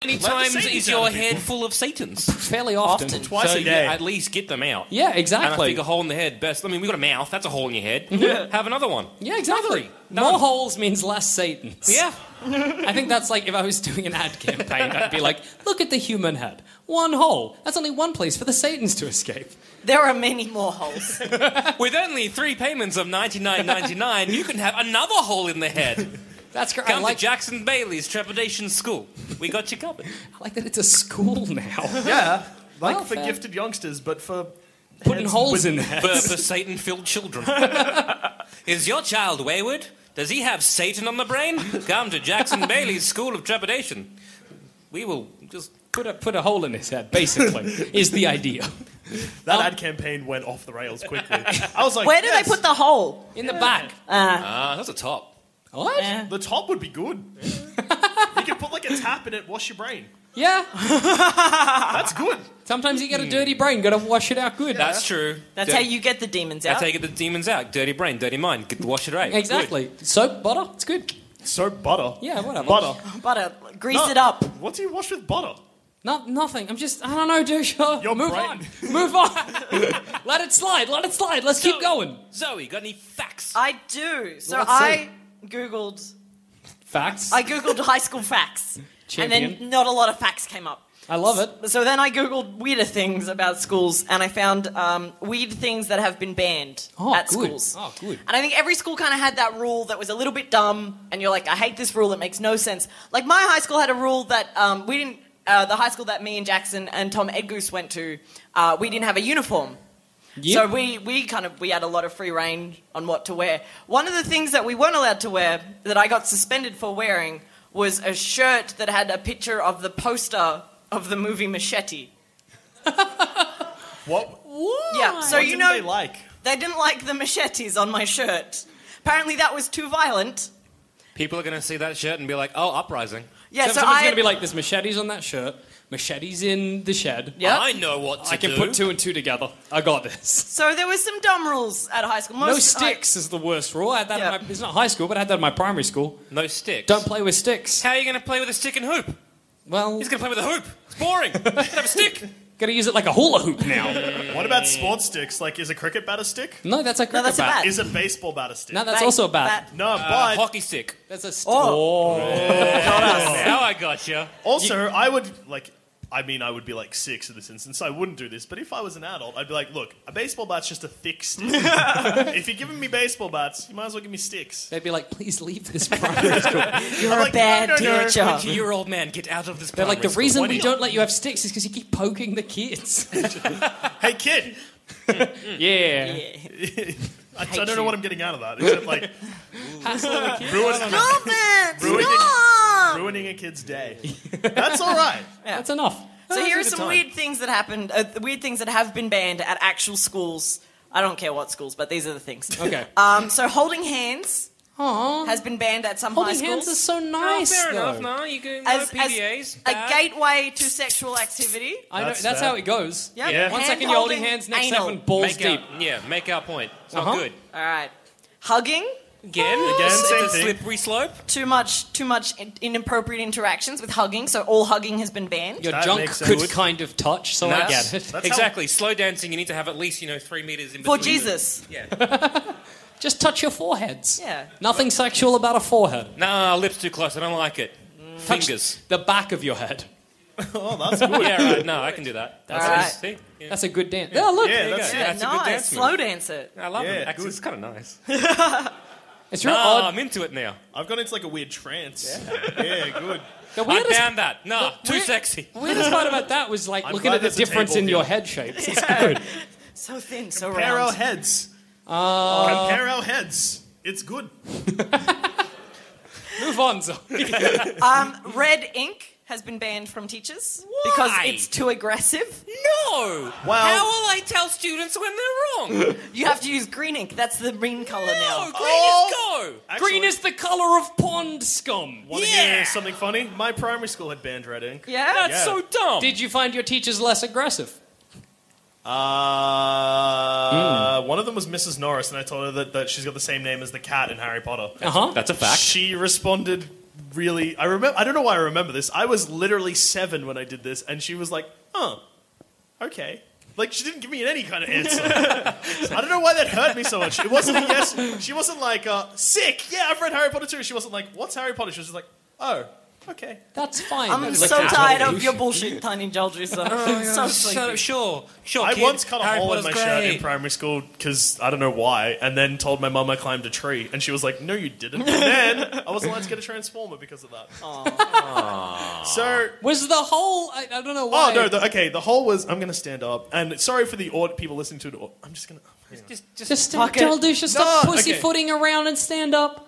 B: How many
E: Let the
B: times
E: Satans
B: is
E: out
B: your
E: of people.
B: head full of Satans?
C: Fairly often.
D: Often.
E: Twice
B: so
E: a
B: you
E: day.
B: At least get them out.
C: Yeah,
B: And I
C: exactly.
B: think a hole in the head best. I mean, we got a mouth. That's a hole in your head. Have another one.
C: yeah, exactly.
B: Another.
C: More holes means less Satans.
B: Yeah.
C: I think that's like if I was doing an ad campaign, I'd be like, look at the human head. One hole. That's only one place for the Satans to escape.
D: There are many more holes.
B: With only three payments of ninety nine ninety nine, you can have another hole in the head.
C: That's great. I
B: Come
C: like,
B: to Jackson Bailey's trepidation school. We got you covered.
C: I like that it's a school now.
E: Yeah, like
C: Well,
E: for
C: fair.
E: gifted youngsters, but for
C: Putting
E: heads
C: holes
E: with-
C: in there.
B: For, for Satan filled children. Is your child wayward? Does he have Satan on the brain? Come to Jackson Bailey's School of Trepidation. We will just.
C: Put a, put a hole in his head, basically, is the idea.
E: That ad campaign went off the rails quickly. I was like,
D: Um, Where do
E: yes,
D: they put the hole?
C: In the back.
B: Ah, that's a top.
C: What?
E: The top would be good. you could put like a tap in it, wash your brain.
C: Yeah.
E: That's good.
C: Sometimes you get a dirty brain, gotta wash it out good.
B: That's true.
D: That's
B: Dirty-
D: how you get the demons out.
B: That's how you get the demons out. Dirty brain, dirty mind. Get to wash it right.
C: Exactly. Soap, butter, it's good.
E: Soap butter.
C: Yeah, whatever.
E: Butter.
D: Butter, grease
E: No.
D: it up.
E: What do you wash with butter?
C: No, nothing. I'm just, I don't know, Dusha.
E: Your
C: Move
E: brain.
C: on. Move on. let it slide. Let it slide. Let's keep
B: Zoe-
C: going.
B: Zoe, got any facts?
D: I do. So
C: Let's
D: I googled.
C: Facts.
D: I googled high school facts, and
C: Champion.
D: then not a lot of facts came up.
C: I love it.
D: So then I googled weirder things about schools, and I found um, weird things that have been banned
C: Oh,
D: at
C: good.
D: schools.
C: Oh, good.
D: And I think every school kind of had that rule that was a little bit dumb, and you're like, I hate this rule. It makes no sense. Like my high school had a rule that um, we didn't. Uh, the high school that me and Jackson and Tom Edgoose went to, uh, we didn't have a uniform. So we, we kind of we had a lot of free range on what to wear. One of the things that we weren't allowed to wear that I got suspended for wearing was a shirt that had a picture of the poster of the movie Machete.
E: What?
D: Yeah, so
E: what
D: you
E: didn't
D: know
E: they like?
D: they didn't like the machetes on my shirt. Apparently that was too violent.
B: People are going to see that shirt and be like, oh, uprising.
D: Yeah, so,
C: Someone's
D: I
C: gonna be like, "There's machetes on that shirt. Machetes in the shed.
D: Yeah.
B: I know what to
C: I can
B: do.
C: put two and two together. I got this.
D: so there was some dumb rules at high school. Most
C: no sticks is the worst rule. I had that.
D: Yeah.
C: In my, it's not high school, but I had that in my primary school.
B: No sticks.
C: Don't play with sticks.
B: How are you going to play with a stick and hoop?
C: Well,
B: He's going to play with a hoop. It's boring. You gotta have a stick.
C: gotta use it like a hula hoop now.
E: What about sports sticks? Like, is a cricket bat a stick?
C: no, that's a cricket
D: that's a
C: bat.
D: bat.
E: Is a baseball bat a stick?
C: No, that's
D: They-
C: also a bat.
D: that- Uh,
E: no,
B: A
E: but
B: hockey stick.
C: That's a st-
D: Oh.
B: Now I got you.
E: also I would like. I mean, I would be like six in this instance. I wouldn't do this, but if I was an adult, I'd be like, look, a baseball bat's just a thick stick. if you're giving me baseball bats, you might as well give me sticks.
C: They'd be like, "Please leave this primary school."
D: you're
E: I'm
D: a
E: like,
D: bad
E: no, no, no,
D: teacher.
B: year old man, get out of this
C: They're like, "The reason
E: What
C: we
E: is-
C: don't let you have sticks is because you keep poking the kids."
E: Hey, kid,
C: yeah.
E: I, I don't know what I'm getting out of that. Except like ruin,
D: Stop it!
E: Ruining-
D: Stop!
E: ruining a kid's day. That's all right.
C: That's enough.
D: So here are
B: good
D: some
B: time.
D: weird things that happened, uh, weird things that have been banned at actual schools. I don't care what schools, but these are the things.
C: Okay.
D: Um, so holding hands has been banned at some
C: Holding
D: high schools.
C: hands is so nice.
B: Oh, fair
C: though.
B: enough. No, you can
D: as,
B: no
D: as
B: PDAs.
D: a gateway to sexual activity.
C: I know, that's,
E: That's
C: how
E: fair.
C: it goes.
D: Yep.
E: Yeah.
C: One
D: Hand
C: second you're holding
D: holding,
C: hands, next
D: anal.
C: second balls
B: Make
C: deep.
B: our, yeah, make our point. It's not
C: Uh-huh.
B: good.
D: All right. Hugging.
B: Again,
E: Again,
B: it's
E: same
B: a
E: thing.
B: slippery slope.
D: Too much, too much in- inappropriate interactions with hugging. So all hugging has been banned.
C: Your
E: That
C: junk
E: makes
C: could
E: sense.
C: kind of touch, so I
B: That's-
C: get it.
E: That's how-
B: exactly. Slow dancing, you need to have at least, you know, three meters in
D: For
B: between them.
D: Jesus.
B: Yeah.
C: Just touch your foreheads.
D: Yeah.
C: Nothing sexual about a forehead.
B: no, lips too close. I don't like it.
C: Mm. Touch
B: Fingers.
C: the back of your head.
E: Oh, that's good.
B: yeah, right. No, I can do that. That's
D: All
B: nice. See? Yeah.
C: That's a good dance. Yeah, look.
E: Yeah, that's
B: Yeah, that's a good
D: nice.
B: dance move.
D: Slow dance it.
B: I love
E: Yeah,
B: it. Actually,
E: good.
B: it's kind of nice.
C: It's
B: No,
C: real odd.
B: I'm into it now.
E: I've gone into like a weird trance. Yeah, good.
C: The
B: I
C: weirdest,
B: banned that. No,
C: the
B: too
C: weird-
B: sexy.
C: weirdest part about that was like
E: I'm
C: looking
E: glad
C: at the
E: there's a
C: difference
E: table
C: in
E: here.
C: your head shapes. It's good.
D: So thin, so
E: Compare our
D: round.
E: heads.
B: Uh,
E: Compare our heads. It's good.
C: Move on, Zoe.
D: Um, red ink has been banned from teachers because
B: Why?
D: it's too aggressive.
B: No.
E: Well-
B: How will I tell students when they're wrong?
D: You have to use green ink. That's the green color
B: no,
D: now.
B: green
C: Oh!
B: is go.
C: Green is the color of pond scum.
E: Want to
B: Yeah.
E: hear something funny? My primary school had banned red ink.
D: Yeah.
B: That's
E: Yeah.
B: so dumb.
C: Did you find your teachers less aggressive?
E: Uh,
B: Hmm.
E: One of them was Mrs. Norris, and I told her that, that she's got the same name as the cat in Harry Potter.
C: Uh huh.
B: That's a fact.
E: She responded really. I remember. I don't know why I remember this. I was literally seven when I did this, and she was like, "Huh, okay." Like she didn't give me any kind of answer. I don't know why that hurt me so much. It wasn't a yes. She wasn't like uh, sick. Yeah, I've read Harry Potter too. She wasn't like, "What's Harry Potter?" She was just like, "Oh, okay."
C: That's fine.
D: I'm
C: That's
D: so
C: like-
D: tired of your bullshit, Tiny Joldrisa.
B: Oh,
D: so
B: So,
D: sleepy.
B: sure, sure.
E: I
B: kid.
E: once cut a
B: Harry
E: hole in
B: Potter's
E: my
B: great.
E: shirt in primary school because I don't know why, and then told my mum I climbed a tree, and she was like, "No, you didn't." And then I was allowed to get a transformer because of that. so
C: Was the whole? I, I don't know why.
E: Oh no! The, okay, the whole was I'm gonna stand up, and sorry for the odd people listening to it. au- I'm just gonna. hang on.
B: Just, just,
C: just
D: Fuck it.
C: tell Dusha stop
E: No, okay.
C: pussyfooting around and stand up.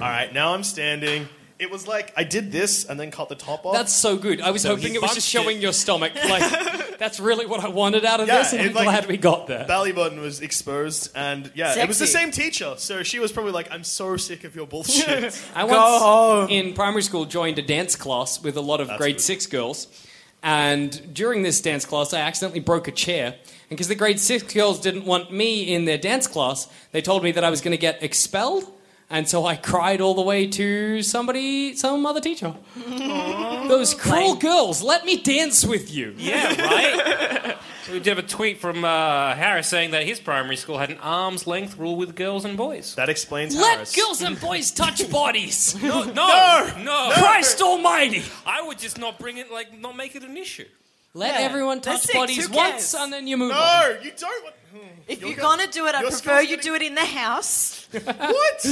E: All right, now I'm standing. It was like I did this and then cut the top off.
C: That's so good. I was
E: Oh. So
C: hoping
E: he
C: it was just
E: bunched
C: showing
E: it.
C: your stomach. Like that's really what I wanted out of
E: Yeah,
C: this, and
E: it,
C: I'm
E: like-
C: glad we got there.
E: belly button was exposed, and yeah, it was the same
D: Sexy.
E: teacher, so she was probably like, "I'm so sick of your bullshit."
C: I once in primary school joined a dance class with a lot of grade
E: good.
C: six girls. And during this dance class, I accidentally broke a chair. And because the grade six girls didn't want me in their dance class, they told me that I was going to get expelled. And so I cried all the way to somebody, some other teacher. Those cruel girls, let me dance with you.
B: yeah, right. we did have a tweet from uh, Harris saying that his primary school had an arm's length rule with girls and boys.
E: that explains
C: Let
E: Harris.
C: girls and boys touch bodies.
B: No, no, no.
C: Christ Almighty.
B: I would just not bring it, like, not make it an issue.
C: Let
D: Yeah.
C: everyone
D: That's
C: touch
D: six,
C: bodies
D: who
C: once
D: cares?
C: and then you move on.
E: No, you don't. Want, hmm,
D: If
E: Your
D: you're
E: girl-
D: gonna do it, I
E: your
D: prefer
E: skill's
D: you do it in the house.
E: what?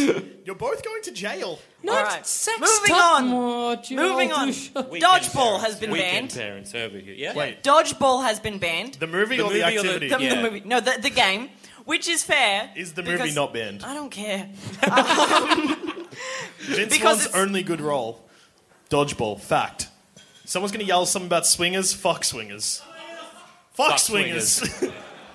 E: You're both going to jail.
C: No,
D: All right.
C: sex
D: Moving
C: talk
D: on.
C: more, Joe
D: Moving on.
C: Dusha.
B: Weekend
D: Dodgeball
B: parents.
D: has been
B: Weekend
D: banned.
B: parents over here. Yeah.
E: Wait,
D: Dodgeball has been banned.
E: the movie
B: The
E: or the
B: movie or the-
E: activity?
D: The, the
B: Yeah.
D: movie, no, the, the game, which is fair.
E: Is the
D: because-
E: movie not banned?
D: I don't care.
E: Vince
D: Because
E: Vaughn's
D: it's-
E: only good role, dodgeball. Fact. Someone's gonna yell something about swingers. Fuck swingers. Fuck,
B: Fuck
E: swingers.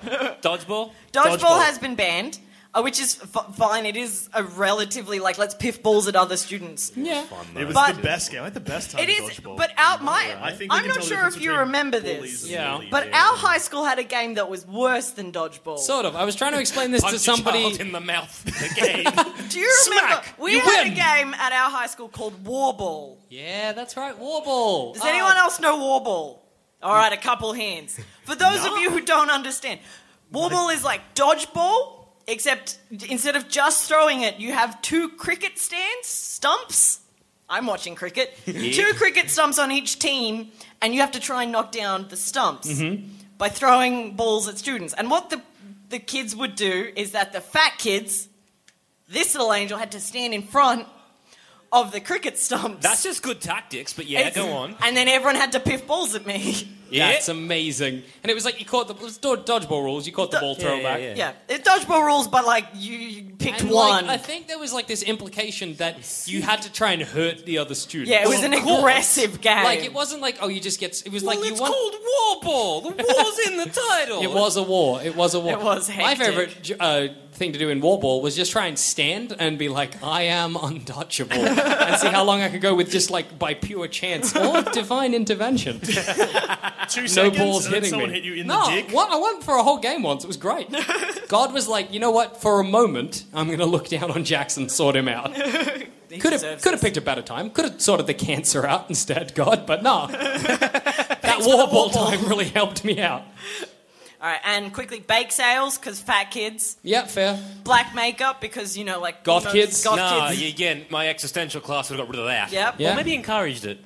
B: Dodgeball?
D: Dodgeball,
E: Dodgeball.
D: has been banned, uh, which is f- fine. It is a relatively like let's piff balls at other students.
C: Yeah.
E: it was
D: But-
E: the best game. I had the best time. at
D: It is,
E: dodgeball.
D: but out my,
E: I think we
D: I'm
E: can
D: not
E: tell the
D: sure
E: difference
D: if you
E: between
D: remember
E: bullies
D: this.
E: and
C: Yeah.
E: bullies.
D: But our high school had a game that was worse than dodgeball.
C: Sort of. I was trying to explain this
B: Punch
C: to
B: a
C: somebody.
B: child in the mouth. Again.
D: Do you remember?
C: Smack!
D: We
C: You
D: had
C: win!
D: a game at our high school called Warball.
C: Yeah, that's right. Warble.
D: Does anyone
B: Oh.
D: else know Warball? All right, a couple hands. For those of you who don't understand, Warball is like dodgeball, except instead of just throwing it, you have two cricket stands, stumps. I'm watching cricket. Two cricket stumps on each team, and you have to try and knock down the stumps
B: Mm-hmm.
D: by throwing balls at students. And what the the kids would do is that the fat kids, this little angel, had to stand in front of the cricket stumps.
B: That's just good tactics, but yeah,
D: It's-
B: go on.
D: And then everyone had to piff balls at me.
B: Yeah.
C: That's amazing. And it was like you caught the it was do- dodgeball rules. You caught the ball
B: yeah,
C: throwback.
B: yeah,
D: yeah, it's dodgeball rules, but like you, you picked
C: And, like,
D: one.
C: I think there was like this implication that you had to try and hurt the other student.
D: Yeah, it was an
C: Of course.
D: aggressive game.
C: Like it wasn't like oh you just get. It was
B: Well,
C: like you
B: it's
C: want.
B: called War Ball. The war's in the title.
C: It was a war. It was a war.
D: It was
C: My
D: hectic.
C: favorite j- uh, thing to do in war ball was just try and stand and be like, "I am untouchable," and see how long I could go with just like by pure chance or divine intervention.
E: Two
C: no
E: seconds,
C: balls
E: and then
C: hitting
E: someone
C: me.
E: hit you in
C: no,
E: the dick.
C: What, I went for a whole game once. It was great. God was like, you know what? For a moment, I'm going to look down on Jackson, sort him out. could have
D: deserves
C: could have picked a better time. Could have sorted the cancer out instead, God. But nah. that
D: for
C: war
D: the
C: ball
D: war ball.
C: time really helped me out.
D: All right, and quickly bake sales because fat kids,
C: Yeah, fair.
D: black makeup because you know like
C: Goth
D: emos,
C: kids?
D: goth
B: Nah,
D: kids,
B: you- again, my existential class would have got rid of that.
D: Yep.
C: Yeah.
B: Or maybe encouraged it.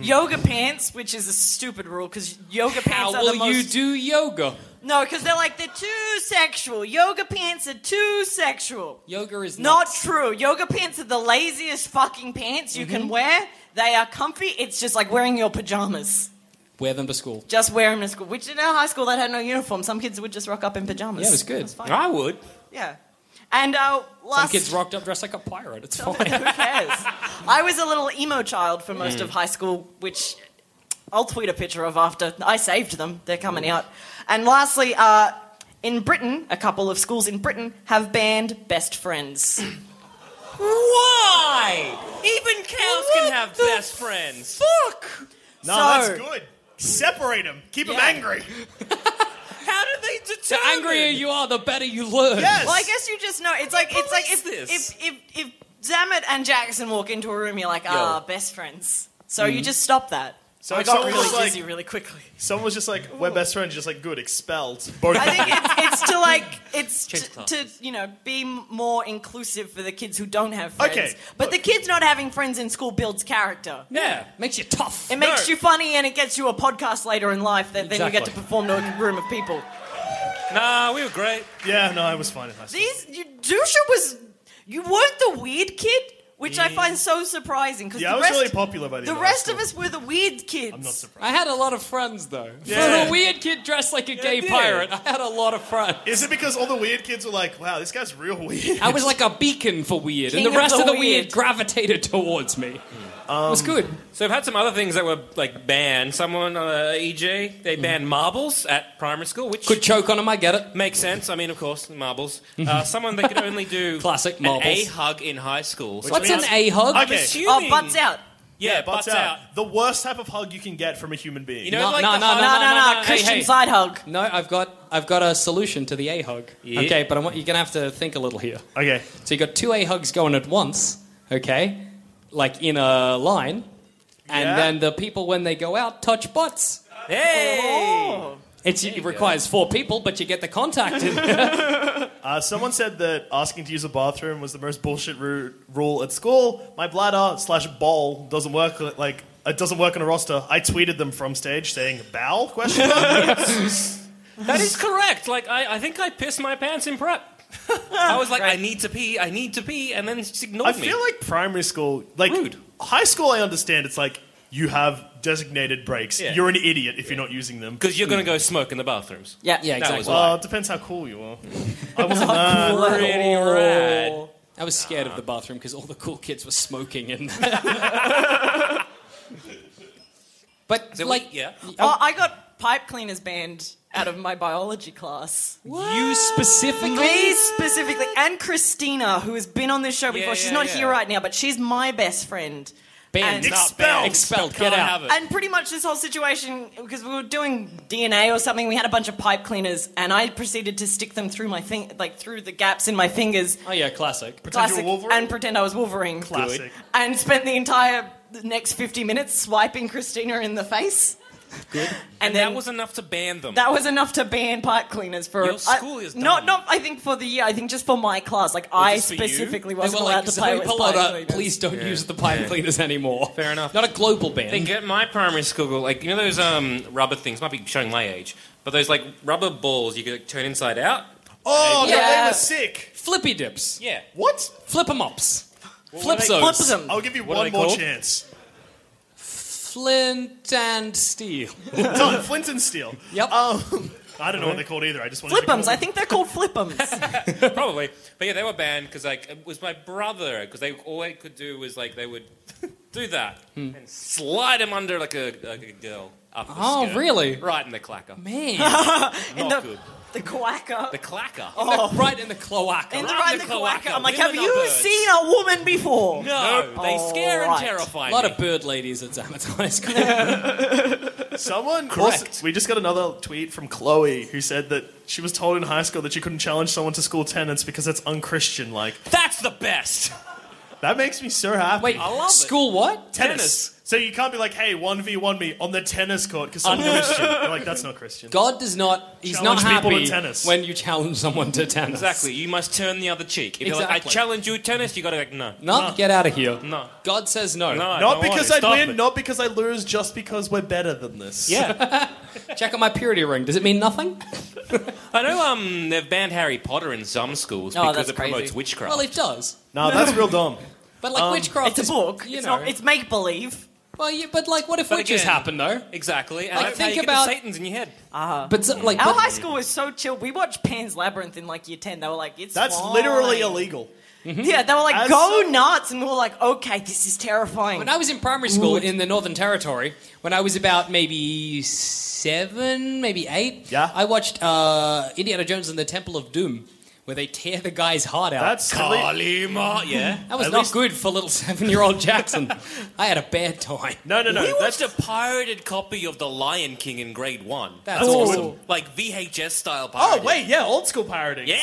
D: yoga pants, which is a stupid rule because yoga
C: How
D: pants are
C: will
D: the most.
C: you do yoga?
D: no, because they're like they're too sexual. Yoga pants are too sexual.
C: Yoga is
D: Not
C: not.
D: true. Yoga pants are the laziest fucking pants you can wear. They are comfy. It's just like wearing your pajamas.
C: Wear them to school.
D: Just wear them to school. Which in our high school, that had no uniform. Some kids would just rock up in pajamas.
C: Yeah, it was good.
D: That's fine.
B: I would.
D: Yeah. And uh, last
C: Some kids rocked up dressed like a pirate. It's fine.
D: Who cares? I was a little emo child for most
C: Mm.
D: of high school, which I'll tweet a picture of after. I saved them. They're coming out. And lastly, uh, in Britain, a couple of schools in Britain have banned best friends.
B: Why? Even cows
D: What
B: can have
D: the
B: best friends.
D: Fuck!
E: No,
D: So-
E: that's good. Separate them. Keep them
D: Yeah.
E: angry.
B: How do they
C: the
B: determine?
C: angrier you are, the better you learn.
E: Yes.
D: Well, I guess you just know. It's like it's like if,
B: is this?
D: if if if Zamet and Jackson walk into a room, you're like, ah, best friends. So
C: Mm.
D: you just stop that.
E: So
D: I
E: if
D: got
E: someone
D: really
E: was like-
D: dizzy really quickly.
E: Someone was just like, we're best friends. Just like, good, expelled. Both.
D: I think it's, it's to like it's
B: Change
D: to, to
B: classes.
D: you know be m- more inclusive for the kids who don't have friends.
E: Okay,
D: but
E: look.
D: the kids not having friends in school builds character.
C: Yeah, makes you tough.
D: It makes you funny and it gets you a podcast later in life that then you get to
C: Exactly.
D: perform to a room of people.
B: Nah, we were great.
E: yeah, no, I was fine in high school.
D: These you, Dusha was you weren't the weird kid, which I find so surprising because
E: Yeah, I
D: the
E: was
D: rest
E: really popular by the
D: the
E: end of
D: rest
E: high
D: of us were the weird kids.
E: I'm not surprised.
C: I had a lot of friends though. For
E: Yeah.
C: a weird kid dressed like a gay
B: I did.
C: pirate, I had a lot of friends.
E: Is it because all the weird kids were like, wow, this guy's real weird?
C: I was like a beacon for weird,
D: King
C: and the
D: of
C: rest
D: the
C: of the
D: weird.
C: weird, gravitated towards me.
B: Um,
C: it was good.
B: So I've had some other things that were like banned. Someone, uh, EJ, they banned marbles at primary school, which
C: Could choke on him, I get it.
B: makes sense. I mean, of course, marbles. Uh, someone they could only do
C: Classic
B: An
C: marbles.
B: a hug in high school. So
C: What's an
E: means-
C: a hug?
E: Okay.
B: I'm assuming,
D: Oh, butts out.
B: Yeah, butts, out.
E: uh, The worst type of hug you can get from a human being.
B: uh, You know,
C: No,
B: like
C: no,
B: the
C: no,
B: hug-
C: no,
D: No, no, no,
C: no, hey,
D: Christian
C: hey.
D: side hug.
C: No, I've got I've got a solution to the a hug.
B: Yeah.
C: Okay, but I want you're gonna have to think a little here.
E: okay.
C: So you got two a hugs going at once. Okay, like in a line, and
E: Yeah.
C: then the people when they go out touch butts.
B: Hey,
C: It's, it requires four people, but you get the contact. in.
E: Uh, someone said that asking to use a bathroom was the most bullshit ru- rule at school. My bladder slash bowl doesn't work li- like it doesn't work on a roster. I tweeted them from stage saying bowel question. mark?"
B: that is correct. Like I, I think I pissed my pants in prep. I was like, I need to pee, I need to pee, and then just ignored
E: I
B: me.
E: feel like primary school, like
B: Rude.
E: high school, I understand. It's like you have designated breaks.
B: Yeah.
E: You're an idiot if you're not using them.
B: because you're gonna go smoke in the bathrooms.
D: Yeah,
C: yeah,
B: That was
C: exactly.
E: Uh, it depends how cool you are. I wasn't. uh,
B: Pretty rad.
C: I was scared of the bathroom because all the cool kids were smoking and. but
B: So we-
C: like,
B: yeah.
D: Oh, I got pipe cleaners banned out of my biology class.
C: you specifically.
D: Me specifically, and Christina, who has been on this show before.
B: Yeah,
D: she's
B: yeah,
D: not
B: yeah.
D: here right now, but she's my best friend.
C: Banned.
D: And-
B: Not banned.
C: Expelled.
B: Can't
C: Get out.
B: have it.
D: And pretty much this whole situation, because we were doing DNA or something, we had a bunch of pipe cleaners, and I proceeded to stick them through my thing, like through the gaps in my fingers,
C: Oh yeah, classic.
E: Pretend you were
D: classic,
E: Wolverine?
D: and pretend I was Wolverine.
E: Classic.
D: And spent the entire the next fifty minutes swiping Christina in the face. Good. And, then
B: that was enough to ban them.
D: that was enough to ban pipe cleaners for
B: Your school
D: I,
B: is
D: not
B: done.
D: not I think for the year I think just for my class like I
B: just for you?
D: specifically
C: They
D: wasn't
C: were
D: allowed
C: like,
D: to play
C: Zoe
D: with pipe
C: Pallotta,
D: cleaners.
C: please don't use the pipe cleaners anymore.
B: Fair enough.
C: Not a global ban.
B: think at my primary school, like you know those um, rubber things. Might be showing my age, but those like rubber balls you could like, turn inside out.
E: oh, no, they
D: Yeah.
E: were sick.
C: Flippy dips.
B: Yeah.
E: What?
C: Flip 'em ups. Flip
E: they-
C: zones.
D: Flip 'em.
E: I'll give you
B: What are
E: one
B: they
E: more
B: called?
E: chance.
C: Flint and steel.
E: Done. Flint and steel.
D: Oh.
C: Yep.
E: Um, I don't know what they're called either. I just wanted to
D: Flip'ems.
E: call
D: I think they're called flip'ems.
B: Probably, but yeah, they were banned because like it was my brother because they all they could do was like they would do that and slide him under like a, like a girl up the
C: Oh,
B: skirt.
C: really?
B: Right in the clacker.
C: Man.
D: in
B: Not
D: the,
B: good.
D: the quacker.
B: The clacker.
C: right in the cloaca.
D: Oh. in the
B: Right
D: right
B: in
D: the
B: the
D: cloaca.
B: cloaca.
D: I'm like, have
B: Women are
D: you
B: birds."
D: seen a woman before?
B: No, they scare
D: Alright.
B: and terrify
C: a lot
B: me.
C: of bird ladies at Zamet's High School.
E: it. Someone.
C: Correct.
E: Also, we just got another tweet from Chloe who said that she was told in high school that she couldn't challenge someone to school tenants because that's unchristian. Like
B: That's the best.
E: that makes me so happy. Uh,
C: Wait,
B: love it.
C: school what?
E: tennis. So you can't be like, hey, one v one me on the tennis court because I'm Christian. You're like that's not Christian.
C: God does not. He's
E: Challenge
C: not
E: people to
C: happy
E: tennis.
C: when you challenge someone to tennis.
B: Exactly. You must turn the other cheek. If you're like, I
C: Exactly.
B: challenge you tennis, you gotta like no.
C: Not get out of here.
B: No.
C: God says no.
B: No, I
E: Not
B: don't want
E: because
B: it.
E: I
B: Stop
E: win,
B: it.
E: not because I lose, just because we're better than this.
B: Yeah.
C: Check out my purity ring. Does it mean nothing?
B: I know um they've banned Harry Potter in some schools
C: Oh,
B: because
C: that's
B: it
C: crazy.
B: promotes witchcraft. Um,
C: Well, it does.
E: No, that's real dumb.
C: But like witchcraft
D: It's a
C: is-
D: book.
C: You
D: it's,
C: know.
D: not, it's make believe.
C: well, yeah, but like, what if
B: But
C: witches
B: again-
C: happen though?
B: exactly. And
C: Like,
B: that's how
C: think
B: you get the
C: about-
B: Satan's in your head.
C: But so- like,
D: Our
C: but-
D: high school was so chill. We watched Pan's Labyrinth in like year 10. They were like, it's
E: That's
D: fine.
E: literally
C: Mhm.
E: illegal.
D: Yeah, they were like,
E: As-
D: go nuts. And we were like, okay, this is terrifying.
C: When I was in primary school in the Northern Territory, when I was about maybe seven, maybe eight,
E: Yeah.
C: I watched uh, Indiana Jones and the Temple of Doom, where they tear the guy's heart out.
E: That's
B: Kalima, yeah.
C: that was
E: at
C: not
E: least-
C: good for little seven-year-old Jackson. I had a bad time.
E: No, no, no.
B: We
E: that's
B: watched a pirated copy of The Lion King in grade one.
C: That's Ooh. awesome.
B: Like VHS style
E: Oh
B: pirated.
E: wait, yeah, old school pirating.
B: Yeah.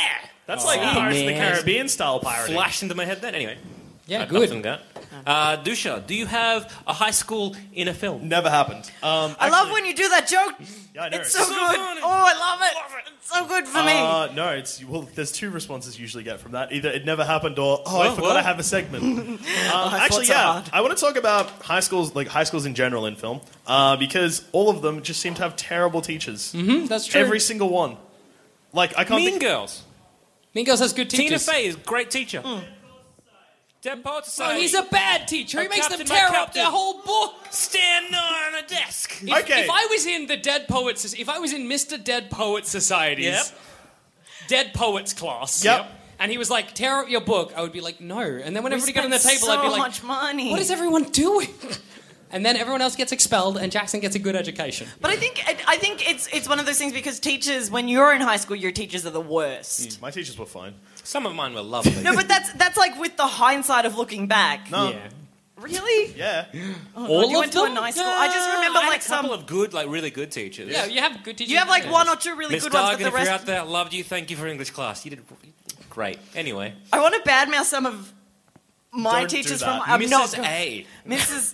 E: that's like
C: Oh,
E: Pirates of the
C: man.
E: Caribbean style pirating.
B: Flashed into my head then. Anyway.
C: Oh, Yeah,
B: I've
C: good.
B: nothing that. Uh, Dusha, do you have a high school in a film?
E: Never happened. Um,
D: I love when you do that joke.
E: Yeah, I know.
D: It's so,
E: So
D: good.
B: funny.
D: Oh, I love it. It's so good for me.
E: Uh, no, it's well. There's two responses you usually get from that. Either it never happened, or oh, I
B: Well,
E: forgot
B: well.
E: I have a segment.
B: Oh,
E: Um, actually,
D: so
E: yeah,
D: hard.
E: I want to talk about high schools, like high schools in general in film, uh, because all of them just seem to have terrible teachers.
B: Mm-hmm.
C: That's true.
E: Every single one. Like I can't
B: mean
E: think.
B: Girls.
C: mean Girls has good
B: Tina
C: teachers.
B: Fey is a great teacher.
D: Hmm.
B: Dead Poets
C: No,
B: Society.
C: Oh, he's a bad teacher. He
B: My
C: makes them
B: captain, my
C: tear up
B: captain.
C: their whole book.
B: stand on a desk.
C: If,
E: Okay.
C: if I was in the Dead Poets, Soc- if I was in Mr. Dead Poet Society's
B: Yep.
C: Dead Poets class,
E: Yep.
C: and he was like, tear up your book, I would be like, no. And then when everybody got on the
D: spent
C: table, I'd be
D: so
C: like,
D: much money.
C: what is everyone doing? and then everyone else gets expelled, and Jackson gets a good education.
D: But I think I think it's it's one of those things because teachers, when you're in high school, your teachers are the worst.
E: My teachers were fine.
B: Some of mine were lovely.
D: No, but that's that's like with the hindsight of looking back.
E: No.
C: Yeah.
D: Really?
E: Yeah.
C: All
D: you
C: of
D: went to
C: them?
D: a nice school. I just remember
B: I had
D: like um,
B: a couple
D: some.
B: of good, like really good teachers.
C: Yeah, you have good teachers.
D: You have like one or two really
B: Miss
D: good ones,
B: Dargan,
D: but the
B: if you're out
D: rest.
B: there, I loved you. Thank you for English class. You did great. Anyway,
D: I want to badmouth some of my
E: Don't do
D: teachers
E: that.
D: from. I'm
B: Mrs.
D: not
B: A.
D: Mrs.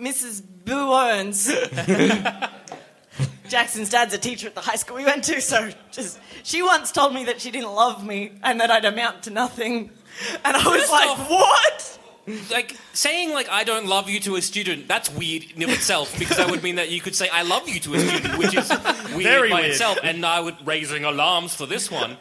D: Mrs. Boo Owens. Jackson's dad's a teacher at the high school we went to, so just she once told me that she didn't love me and that I'd amount to nothing, and I was
B: First
D: like,
B: off-
D: "What?"
B: Like saying like I don't love you to a student, that's weird in of itself because that would mean that you could say I love you to a student, which is weird
E: Very
B: by
E: weird.
B: itself, and I would raising alarms for this one.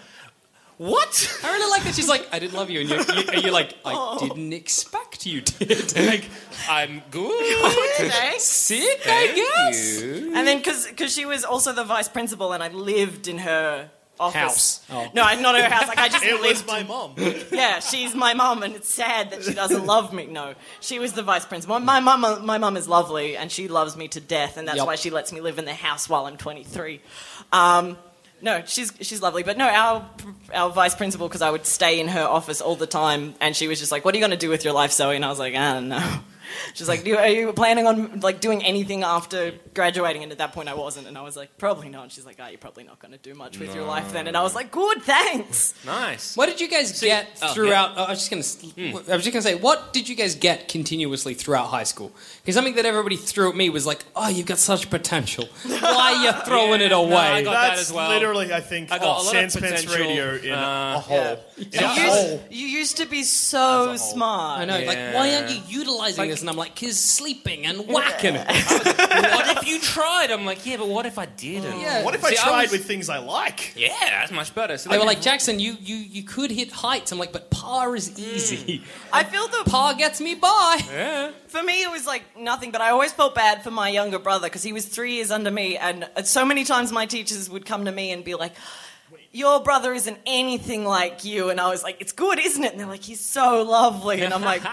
B: What?
C: I really like that she's like, I didn't love you, and you're, you- and you're like, I
D: Oh.
C: didn't expect you did. like,
B: I'm good.
D: Thanks.
C: sick, I guess.
D: And then because she was also the vice principal, and I lived in her office.
C: House. Oh.
D: No, I- not her house. Like I just
E: It was
D: lived.
E: my mom.
D: Yeah, she's my mum, and it's sad that she doesn't love me. No, she was the vice principal. My mum, my mum is lovely, and she loves me to death, and that's
C: Yep.
D: why she lets me live in the house while I'm 23. Um, no, she's she's lovely, but no, our our vice principal because I would stay in her office all the time, and she was just like, "What are you going to do with your life, Zoe?" And I was like, "I don't know." She's like, "You- "Are you planning on like doing anything after graduating?" And at that point, I wasn't, and I was like, "Probably not." And she's like, "Ah, you're probably not going to do much with your life then." And I was like, "Good, thanks."
B: Nice.
C: What did you guys get
B: oh,
C: throughout? I was just gonna. I was just gonna say, what did you guys get continuously throughout high school? Because something that everybody threw at me was like, "Oh, you've got such potential. Why are you throwing
B: Yeah,
C: it
B: no,
C: away?"
B: I got- that
E: That's
B: as well.
E: literally, I think,
B: I got
E: oh,
B: a lot of
E: Sandspence
B: potential,
E: Radio in
B: uh,
E: a hole. In a
D: You used,
E: hole.
D: you used to be so smart.
C: I know. Like, why aren't you utilizing
B: Like,
C: this, and I'm like, "Cause sleeping and whacking it."
B: what if you tried? I'm like, yeah, but what if I didn't?
C: Yeah.
E: What if I
B: See, I
E: tried
B: was-
E: with things I like?
B: Yeah, that's much better. So
C: They were like, "Jackson, you you you could hit heights." I'm like, "But par is easy.
D: I feel the
C: Par gets me by."
D: for me it was like nothing but i always felt bad for my younger brother because he was three years under me and uh, so many times my teachers would come to me and be like your brother isn't anything like you and i was like it's good isn't it and they're like he's so lovely and i'm like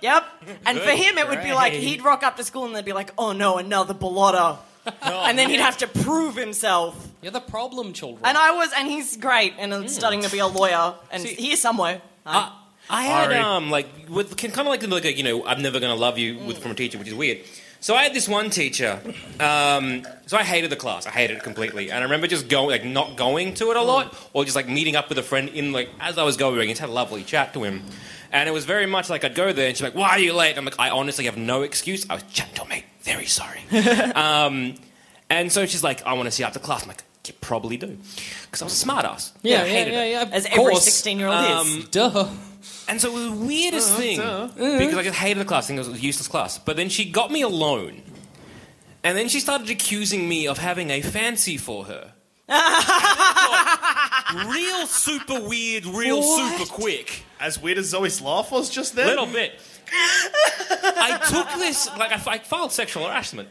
D: yep and for him it would be like
B: Great.
D: he'd rock up to school and they'd be like oh no another bolotta and then he'd have to prove himself
C: You're the problem, children.
D: and i was and he's great and I'm studying to be a lawyer and he's here somewhere
B: I, I had
E: Sorry.
B: um like with kind of like like you know I'm never gonna love you with from a teacher, which is weird. So I had this one teacher. Um, so I hated the class. I hated it completely, and I remember just going like not going to it a lot, or just like meeting up with a friend in like as I was going, and just had a lovely chat to him. And it was very much like I'd go there, and she's like, "Why are you late?" I'm like, "I honestly have no excuse. I was chatting to a mate. Very sorry." um, and so she's like, "I want to see you after class." I'm like, "You probably do," because I was a smartass.
C: yeah,
B: I
C: yeah,
B: hated
C: yeah,
B: it.
C: yeah.
D: as
C: of
D: every
C: course. Um,
D: 16 year old is
C: Duh. Uh-huh,
B: And so it was the weirdest thing because I just hated the class, thinking it was a useless class. But then she got me alone, and then she started accusing me of having a fancy for her. And I got real super weird, real
C: What?
B: super quick,
E: As weird as Zoe's laugh was just then.
B: little bit. I took this like I, fi- I filed sexual harassment.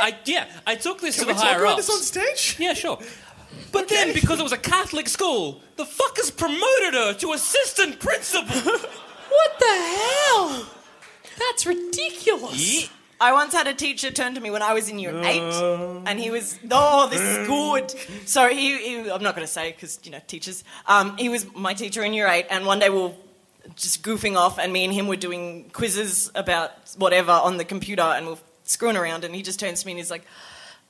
B: I yeah, I took this
E: Can
B: to
E: we
B: the
E: talk
B: higher
E: about
B: ups.
E: this on stage?
B: Yeah, sure. But then, because it was a Catholic school, the fuckers promoted her to assistant principal.
C: What the hell? That's ridiculous.
B: Yeah.
D: I once had a teacher turn to me when I was in year eight, and he was, oh, this is good. So he, he I'm not going to say because you know teachers. Um, he was my teacher in year eight, and one day we were just goofing off, and me and him were doing quizzes about whatever on the computer, and we we're screwing around, and he just turns to me and he's like.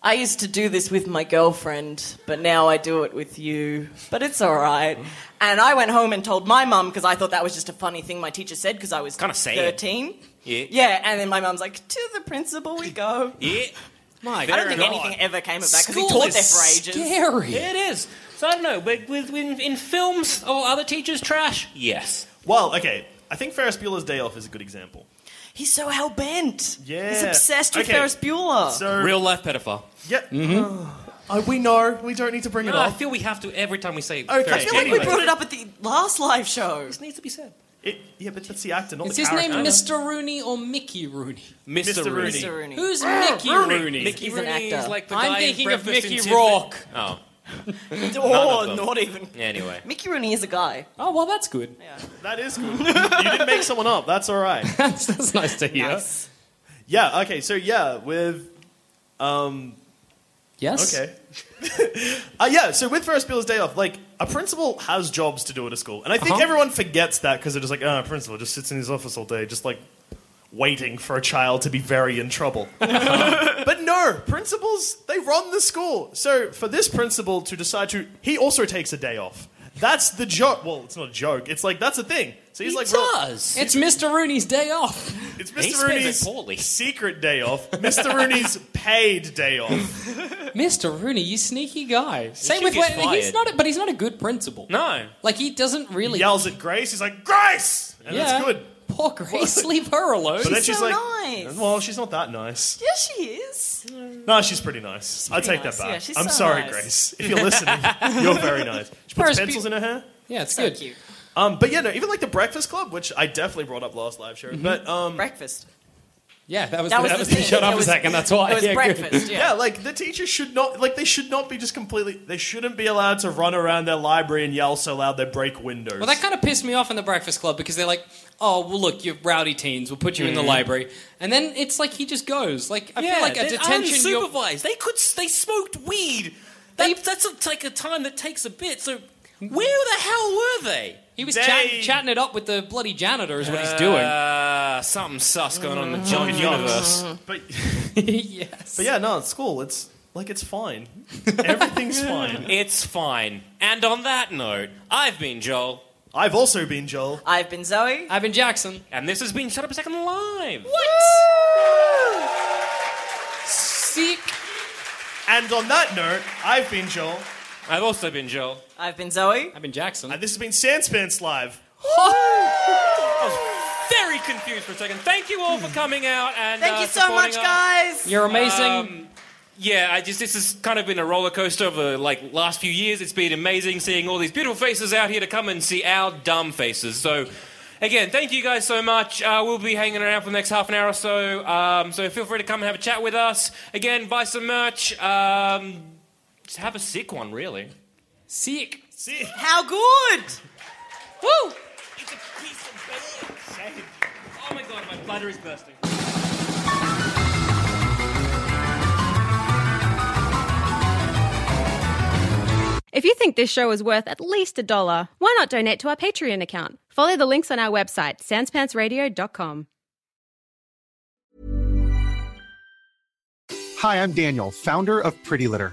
D: I used to do this with my girlfriend, but now I do it with you. But it's all right. And I went home and told my mum because I thought that was just a funny thing my teacher said because I was
B: Kinda say it.
D: 13.
B: Yeah.
D: Yeah, and then my mum's like, to the principal we go.
B: Yeah.
C: My
D: I don't think
B: enough.
D: anything ever came of that because he
C: School
D: taught
C: is
D: there for ages.
C: Scary.
B: It is. So I don't know. But with, in, in films, or other teachers trash? Yes.
E: Well, okay. I think Ferris Bueller's Day Off is a good example.
D: He's so hell bent.
E: Yeah.
D: He's obsessed with
E: Okay.
D: Ferris
C: Uh.
D: Bueller.
E: So
B: Real life pedophile.
E: Yeah. Uh, we know. We don't need to bring it
B: Mm-hmm. No, I
E: up.
B: feel we have to every time we say.
E: Okay.
B: Ferris
E: I
D: I feel like we
B: Bueller.
D: brought it up at the last live show.
B: This needs to be said.
E: It, yeah, but that's the actor, not
C: Is
E: the
C: his name
E: character.
C: Mr. Rooney or Mickey Rooney?
B: Mr.
E: Mr.
B: Rooney.
E: Rooney.
D: Mr. Rooney.
C: Who's Mickey Rooney?
B: Mickey
D: He's an
B: Rooney is
D: actor.
B: like the
C: I'm
B: guy in
C: thinking of
B: Breakfast
C: Mickey
B: in Tiff-
C: Rourke.
B: Oh, of
D: Oh,
B: them.
D: not even.
B: anyway.
D: Mickey Rooney is a guy.
C: Oh, well, that's good.
E: That is good. you didn't make someone up. That's all right.
C: That's, that's nice to hear.
D: Nice.
E: Yeah. Okay. So yeah, with
C: Yes?
E: okay. uh, yeah. So with Ferris Bueller's Day Off, like a principal has jobs to do at a school, and I think
B: Uh-huh.
E: everyone forgets that because they're just like, ah, principal just sits in his office all day, just like waiting for a child to be very in trouble. but no, principals they run the school. So for this principal to decide to, he also takes a day off. That's the joke. Well, it's not a joke. It's like that's a thing. So he's
B: He
E: like, well,
B: does.
C: It's Mr. Rooney's day off.
E: It's
B: He
E: Mr.
B: spends it
E: Rooney's
B: poorly.
E: secret day off. Mr. Rooney's paid day off.
C: Mr. Rooney, you sneaky guy. Same
B: should
C: with
B: get
C: when he's
B: fired.
C: not, a, but he's not a good principal.
B: no.
C: Like he doesn't really.
E: Yells at Grace. He's like, Grace, and
C: yeah.
E: it's good.
C: Poor Grace, leave her alone.
E: But then
D: She's
E: she's
D: so
E: like,
D: nice.
E: well, she's not that nice.
D: Yeah, she is.
E: No, she's pretty nice. I
D: pretty
E: take
D: nice.
E: that back.
D: Yeah, she's
E: I'm
D: so
E: sorry,
D: nice.
E: Grace. If you're listening, you're very nice. She
C: Ferris
E: puts pencils in her hair.
C: yeah, it's
D: So
C: good.
D: cute.
E: Um, but yeah, no, even like the Breakfast Club, which I definitely brought up last live show. But um,
D: Breakfast.
C: Yeah, that was
D: That
C: that
D: was
C: was,
D: the
C: the
D: thing.
C: shut up
D: It was-
C: a second. That's why.
D: It was
C: yeah, good.
D: breakfast,
E: yeah,
D: yeah.
E: like the teachers should not, like they should not be just completely. They shouldn't be allowed to run around their library and yell so loud they break windows.
C: Well, that kind of pissed me off in the Breakfast Club because they're like, "Oh, well, look, you're rowdy teens. We'll put you
E: Mm-hmm.
C: in the library," and then it's like he just goes. Like I feel like a
B: they're
C: detention. you're-
B: unsupervised. They could. s- They smoked weed. That, that's a, like a time that takes a bit. So where the hell were they?
C: He was
E: They-
C: chat, chatting it up with the bloody janitor, is what he's doing.
B: Uh, something sus going on in the John universe.
E: but
C: yes.
E: But yeah, no, it's cool. It's like it's fine. Everything's fine.
B: It's fine. And on that note, I've been Joel,
E: I've also been Joel.
D: I've been Zoe.
C: Ivan Jackson.
B: and this has been Shut Up a Second Live.
C: Seek.
E: And on that note, I've been Joel,
B: I've also been Joel.
D: I've been Zoe.
C: Ivan Jackson.
E: and this has been Sanspants Live.
B: Very confused for a second. Thank you all for coming out and
D: Hmm. Thank
B: uh,
D: you so
B: supporting us.
D: much, guys.
E: um,
C: You're amazing.
B: Yeah, I just this has kind of been a roller coaster over the like last few years. It's been amazing seeing all these beautiful faces out here to come and see our dumb faces. So, again, thank you guys so much. Uh, we'll be hanging around for the next half an hour or so. Um, so feel free to come and have a chat with us. Again, buy some merch. Um, just have a sick one, really.
C: Sick.
E: See?
D: How good? Woo!
B: It's a piece of Oh my god, my bladder is bursting.
F: If you think this show is worth at least a dollar, why not donate to our Patreon account? Follow the links on our website, sanspantsradio.com.
G: Hi, I'm Daniel, founder of Pretty Litter.